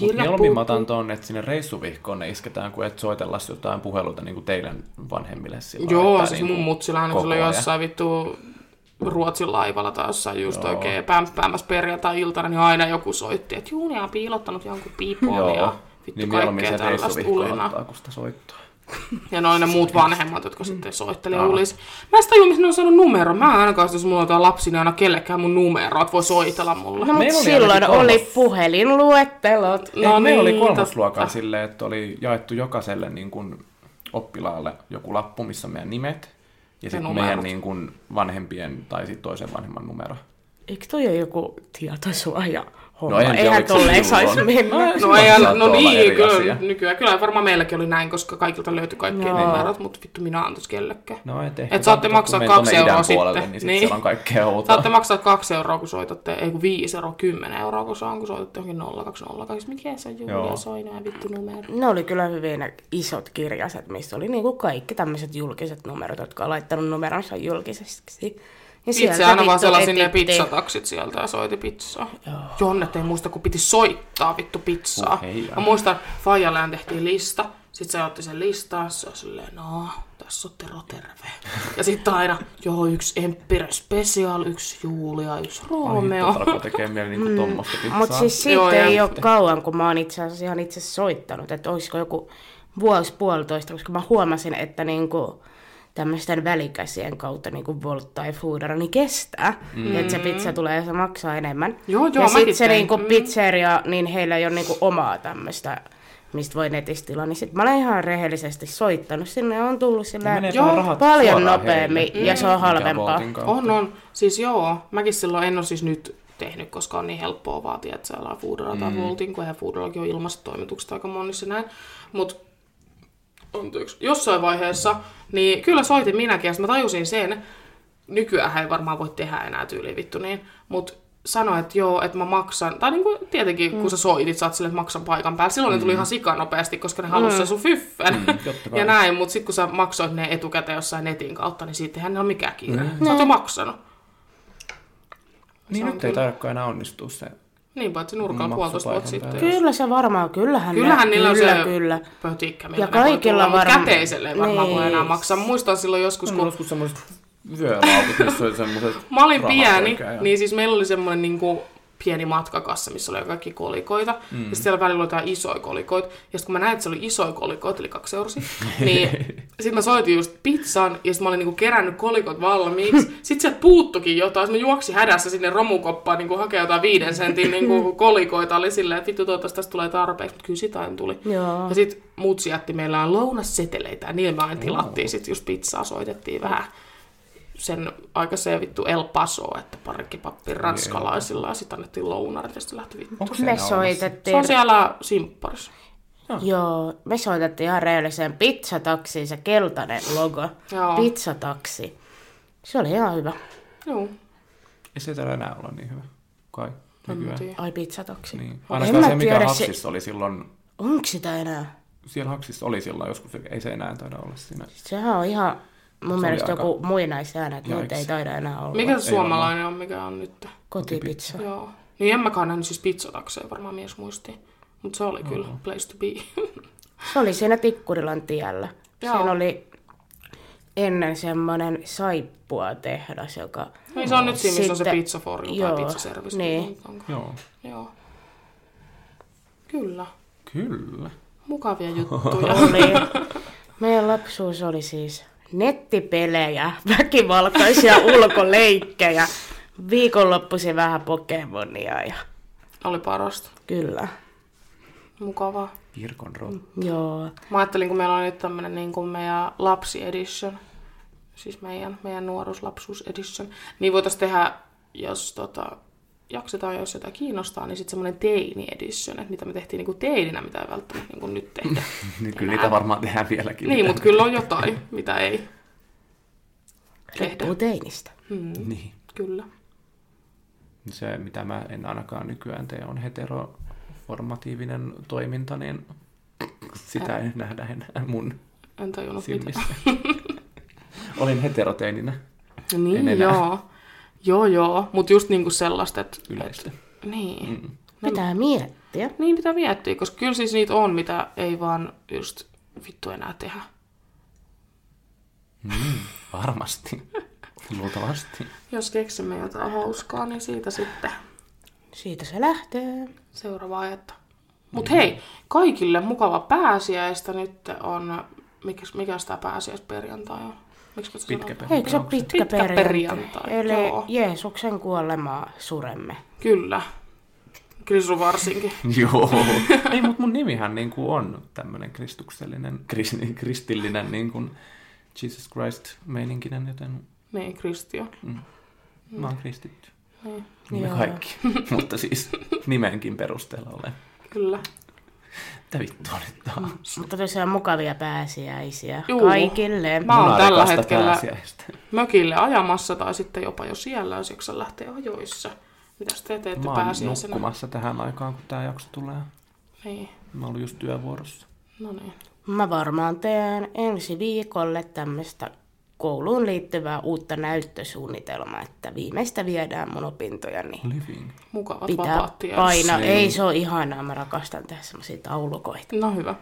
Mut kirja Mieluummin mä puuttuu. otan ton, että sinne reissuvihkoon ne isketään, kuin että soitellaan jotain puheluita niin kuin teidän vanhemmille. Sillä lailla, Joo, että siis niinku mun mutsilla aina kun koko se oli ajan. jossain vittu Ruotsin laivalla tai jossain just Joo. oikein pämppäämässä perjantai-iltana, niin aina joku soitti, että Junia on piilottanut jonkun piipoon ja Joo. vittu Niin mieluummin kaikkea se tällaista reissuvihkoon ulinaa. ottaa, kun sitä soittaa. Ja noin ne muut vanhemmat, jotka sitten soitteli ulis. Mä en sitä tajua, missä ne on saanut numero. Mä en ainakaan, jos mulla on jotain lapsi, niin aina kellekään mun numeroa, että voi soitella mulle. No mut Meillä oli silloin ainakin kolmas. oli puhelinluettelot. No No Ei, meillä oli niin, kolmosluokan totta. silleen, että oli jaettu jokaiselle niin kuin oppilaalle joku lappu, missä on meidän nimet. Ja sitten numerot. meidän niin kuin vanhempien tai sitten toisen vanhemman numero. Eikö toi ole joku tietosuoja homma? No en tiedä, Eihän oliko se tolleen silloin. saisi mennä. No, Silloin ei, saattoi no olla niin, eri kyllä, asia. nykyään. Kyllä varmaan meilläkin oli näin, koska kaikilta löytyi kaikki Joo. numerot, mutta vittu minä antais kellekään. No et ehkä Et saatte kun maksaa menee tonne kaksi euroa idän puolelle, sitten. Niin, sit Niin. niin. siellä on kaikkea outoa. Saatte maksaa kaksi euroa, kun soitatte, ei kun viisi euroa, kymmenen euroa, kun se on, kun soitatte johonkin 0202. Mikä se on Julia Joo. Soinaa vittu numero? Mm, Ne oli kyllä hyvin ne isot kirjaset, missä oli niinku kaikki tämmöiset julkiset numerot, jotka on laittanut numeronsa julkiseksi. Ja Itse aina vaan vittu sellaisin ne etittiin. pizzataksit sieltä ja soiti pizzaa. Jonnet ei muista, kun piti soittaa vittu pizzaa. Oh, heijaa. Mä muistan, Fajalään tehtiin lista. Sitten se otti sen listaa, se on silleen, no, tässä on Tero terve. Ja sitten aina, joo, yksi Empire Special, yksi Julia, yksi Romeo. Nyt alkoi tekee mieli niinku Mm. tommosta pizzaa. Mutta siis siitä Joo, Joo, ja ei ole kauan, kun mä oon itse asiassa ihan itse soittanut, että olisiko joku vuosi puolitoista, koska mä huomasin, että niinku tämmöisten välikäsien kautta niinku Volt tai Foodora, niin kestää, mm. että se pizza tulee ja se maksaa enemmän. Joo, joo, ja mäkin sitten se tein. niinku Mm. pizzeria, niin heillä ei ole niinku omaa tämmöistä, mistä voi netistä tilaa, niin sitten mä olen ihan rehellisesti soittanut sinne ja on tullut sillä Niin Menee Joo, vaan rahat paljon suoraan nopeammin heille. ja se Mm. on Mikä halvempaa. Woltin kautta. On, on. Siis joo, mäkin silloin en ole siis nyt tehnyt, koska on niin helppoa vaatia, että siellä on Foodora tai Voltin, kun eihän Foodorakin on ilmaiset toimitukset aika monissa näin. Mutta jossain vaiheessa, niin kyllä soitin minäkin, ja sit mä tajusin sen, nykyään ei varmaan voi tehdä enää tyyli vittu niin, mutta sanoi, että joo, että mä maksan, tai niinku tietenkin, mm. kun sä soitit, sä oot silleen, että maksan paikan päällä. Silloin mm. ne tuli ihan sika nopeasti, koska ne halusi mm. sen sun fyffen. totta Mm, kai. ja näin, mutta sitten kun sä maksoit ne etukäteen jossain netin kautta, niin siitähän ei ole mikään kiire. Mm. Sä oot jo maksanut. Niin nyt ei tarkkaan enää onnistua se. Niin, paitsi nurkalla Maksupaikan puolitoista vuotta päällä. sitten. Kyllä se varmaan, kyllähän, ne- Kyllähän niillä on kyllä, se kyllä. pötikkä, millä Ja ne voi kaikilla tulla, mut varmaan- käteiselle ei varmaan voi Niin. enää maksaa. Muistan silloin joskus, Kun on kun joskus semmoiset vyölaukut, missä oli semmoiset mä olin rahat pieni, oikein ja- niin siis meillä oli semmoinen niin kuin pieni matkakassa, missä oli kaikki kolikoita. Mm. Ja sit siellä välillä oli jotain isoja kolikoita. Ja sitten kun mä näin, että se oli isoja kolikoita, eli kaksi eurosi, niin sitten mä soitin just pizzan, ja sitten mä olin niinku kerännyt kolikot valmiiksi. Sitten sieltä puuttukin jotain, sitten mä juoksin hädässä sinne romukoppaan niinku hakea jotain viiden sentin niinku kolikoita. Oli silleen, että vittu toivottavasti tästä tulee tarpeeksi, mutta kyllä sitä en tuli. Joo. Ja sitten mutsi jätti meillä on lounasseteleitä, ja niillä mä aina tilattiin sitten just pizzaa, soitettiin vähän sen aikaiseen vittu El Paso, että parkkipappi ranskalaisilla ja sitten annettiin lounarit ja sitten lähti vittu. Onko se Me enää olemassa? Se soitettiin, on siellä Simpparissa. joo, me soitettiin ihan reelliseen pizzataksiin se keltainen logo. Joo. Pizzataksi. Se oli ihan hyvä. Joo, Ei se täällä enää olla niin hyvä. Kai. en mä Nykyään. tiedä. Ai pizzataksi. Niin. En Ainakaan mä se, mikä tiedä, se- haksissa oli silloin, Onko sitä enää? siellä haksissa oli silloin joskus, ei se enää taida olla siinä. Sehän on ihan mun oli mielestä aika- joku muinaisäännä, että niitä Jaiks. ei taida enää olla. Mikä se Ei varmaan. suomalainen on, mikä on nyt? Kotipizza. Joo. Niin en mäkään nähnyt siis pizzatakseen, varmaan mies muisti. Mutta se oli kyllä place to be. Se oli siinä Tikkurilan tiellä. Joo. Siinä oli ennen semmoinen saippua tehdas, joka... Niin se on nyt siinä, missä on se Sitten- pizza for you joo, tai pizza service. niin. Onko? Joo. Joo. Kyllä. Kyllä. Mukavia juttuja. oli. Meidän lapsuus oli siis nettipelejä, väkivaltaisia ulkoleikkejä, viikonloppuisin vähän Pokemonia ja oli parasta. kyllä. Mukavaa. Pirkon rot. Joo. Mä ajattelin, kun meillä on nyt tämmönen niin kuin meidän lapsi edition, siis meidän, meidän nuoruuslapsuus edition, niin voitaisiin tehdä, jos tota, jaksetaan, ja jos jotain kiinnostaa, niin sitten semmoinen teini edition, että mitä me tehtiin niin kuin teininä, mitä ei välttämättä niin kuin nyt tehdä. Niin kyllä niitä varmaan tehdään vieläkin. niin, mutta kyllä on jotain, mitä ei tehdä. Riippuu teinistä. Mm, Niin. kyllä. Se, mitä mä en ainakaan nykyään tee, on heteroformatiivinen toiminta, niin sitä ei nähdä enää mun En tajunnut mitä. silmissä. Olin heteroteininä En Niin, enää. joo. Joo, joo. Mutta just niinku sellaista, että... yleistä. Niin. Mm. Pitää miettiä. Niin pitää miettiä, koska kyllä siis niitä on, mitä ei vaan just vittu enää tehdä. Varmasti. Luultavasti. Jos keksimme jotain hauskaa, niin siitä sitten Siitä se lähtee. seuraava aihetta. Mutta Niin. hei, kaikille mukava pääsiäistä nyt on, mikäs, mikäs tämä pääsiäisperjantai on? Miksi mä sitä Pitkä sanon? perjantai. Eikö se ole Onko se pitkä, pitkä perjantai? perjantai? Eli Joo. Jeesuksen kuolemaa suremme. Kyllä. Krisu varsinkin. Joo. Ei, niinku mutta mun nimihän niin kuin on tämmöinen kristuksellinen, kris, kristillinen niin kuin Jesus Christ-meininkinen, joten Niin, Kristio. mä oon kristitty. Mm. Niin, Niin me Joo. kaikki. Mutta siis nimenkin perusteella olen. kyllä. Mitä vittua nyt taas? Mutta tosiaan mukavia pääsiäisiä Juu. kaikille. Mä oon tällä Munarikasta hetkellä- pääsiäistä. Mökille ajamassa tai sitten jopa jo siellä, jos jaksa lähtee ajoissa. Mitäs te teette Mä oon pääsiäisenä? nukkumassa tähän aikaan, kun tää jakso tulee. Niin, Mä oon just työvuorossa. no niin. Mä varmaan teen ensi viikolle tämmöistä kouluun liittyvää uutta näyttösuunnitelmaa, että viimeistä viedään mun opintoja, niin Living. Mukavat pitää vapaat tiedot. painaa. Niin. Ei se ole ihanaa, mä rakastan tehdä semmoisia taulukoita. No hyvä.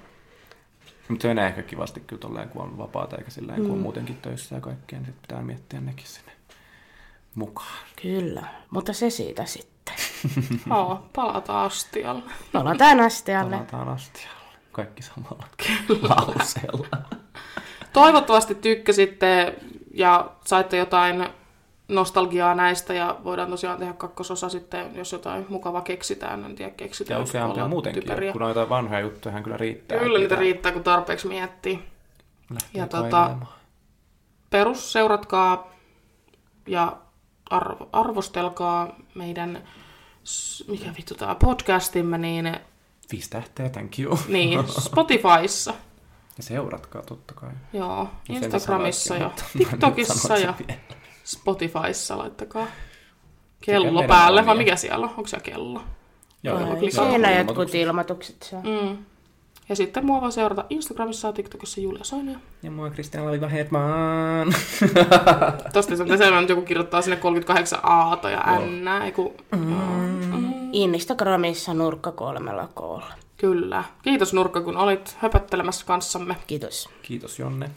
Mutta se menee ehkä kivasti kyllä tolleen, kun on vapaata, eikä sillä Mm. kun on muutenkin töissä ja kaikkea, niin sit pitää miettiä nekin sinne mukaan. Kyllä, mutta se siitä sitten. Joo, palata astialle. Palataan astealle. Palataan astialle. Kaikki samalla lauseella. Toivottavasti tykkäsitte ja saitte jotain nostalgiaa näistä ja voidaan tosiaan tehdä kakkososa sitten, jos jotain mukavaa keksitään, en tiedä keksitään. Ja kun useampia ollaan muutenkin, typeriä. kun noita vanhoja juttuja kyllä riittää. niinku Kyllä niitä riittää, kun tarpeeksi miettii. Lähtee Ja tota- kaivelemaan. Perus, seuratkaa ja arvo, arvostelkaa meidän, s- mikä vittu tämä podcastimme, niin, Viisi tähteä, thank you. niin Spotifyssa, Ja seuratkaa totta kai. joo, No sen Instagramissa ja sanoikin, mutta mä nyt TikTokissa sanoin ja sen vielä. Spotifyssa laittakaa Mikä kello meidän päälle, on, vai ja- mikä siellä on? Onko siellä kello? Joo, joo, Ai, joo, Siinä joo, jotkut ilmoitukset. ilmoitukset se on. Mm. Ja sitten mua voi seurata Instagramissa ja TikTokissa Julia Soinia. Ja moi Kristian Laliva Hedman. Tosta se on selvä, että joku kirjoittaa sinne 38 aata ja n, ei kun... Mm. Instagramissa nurkka kolmella koolla. Kyllä. Kiitos Nurkka, kun olit höpöttelemässä kanssamme. Kiitos. Kiitos Jonne.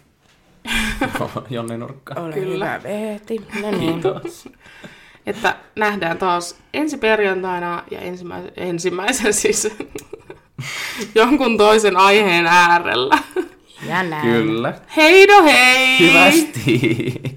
Jonne Nurkka. Ole Kyllä. Kyllä. hyvä, Veeti. No niin. Että nähdään taas ensi perjantaina ja ensimmäisen, ensimmäisen siis jonkun toisen aiheen äärellä. Ja näin. Kyllä. Heido hei! Hyvästi.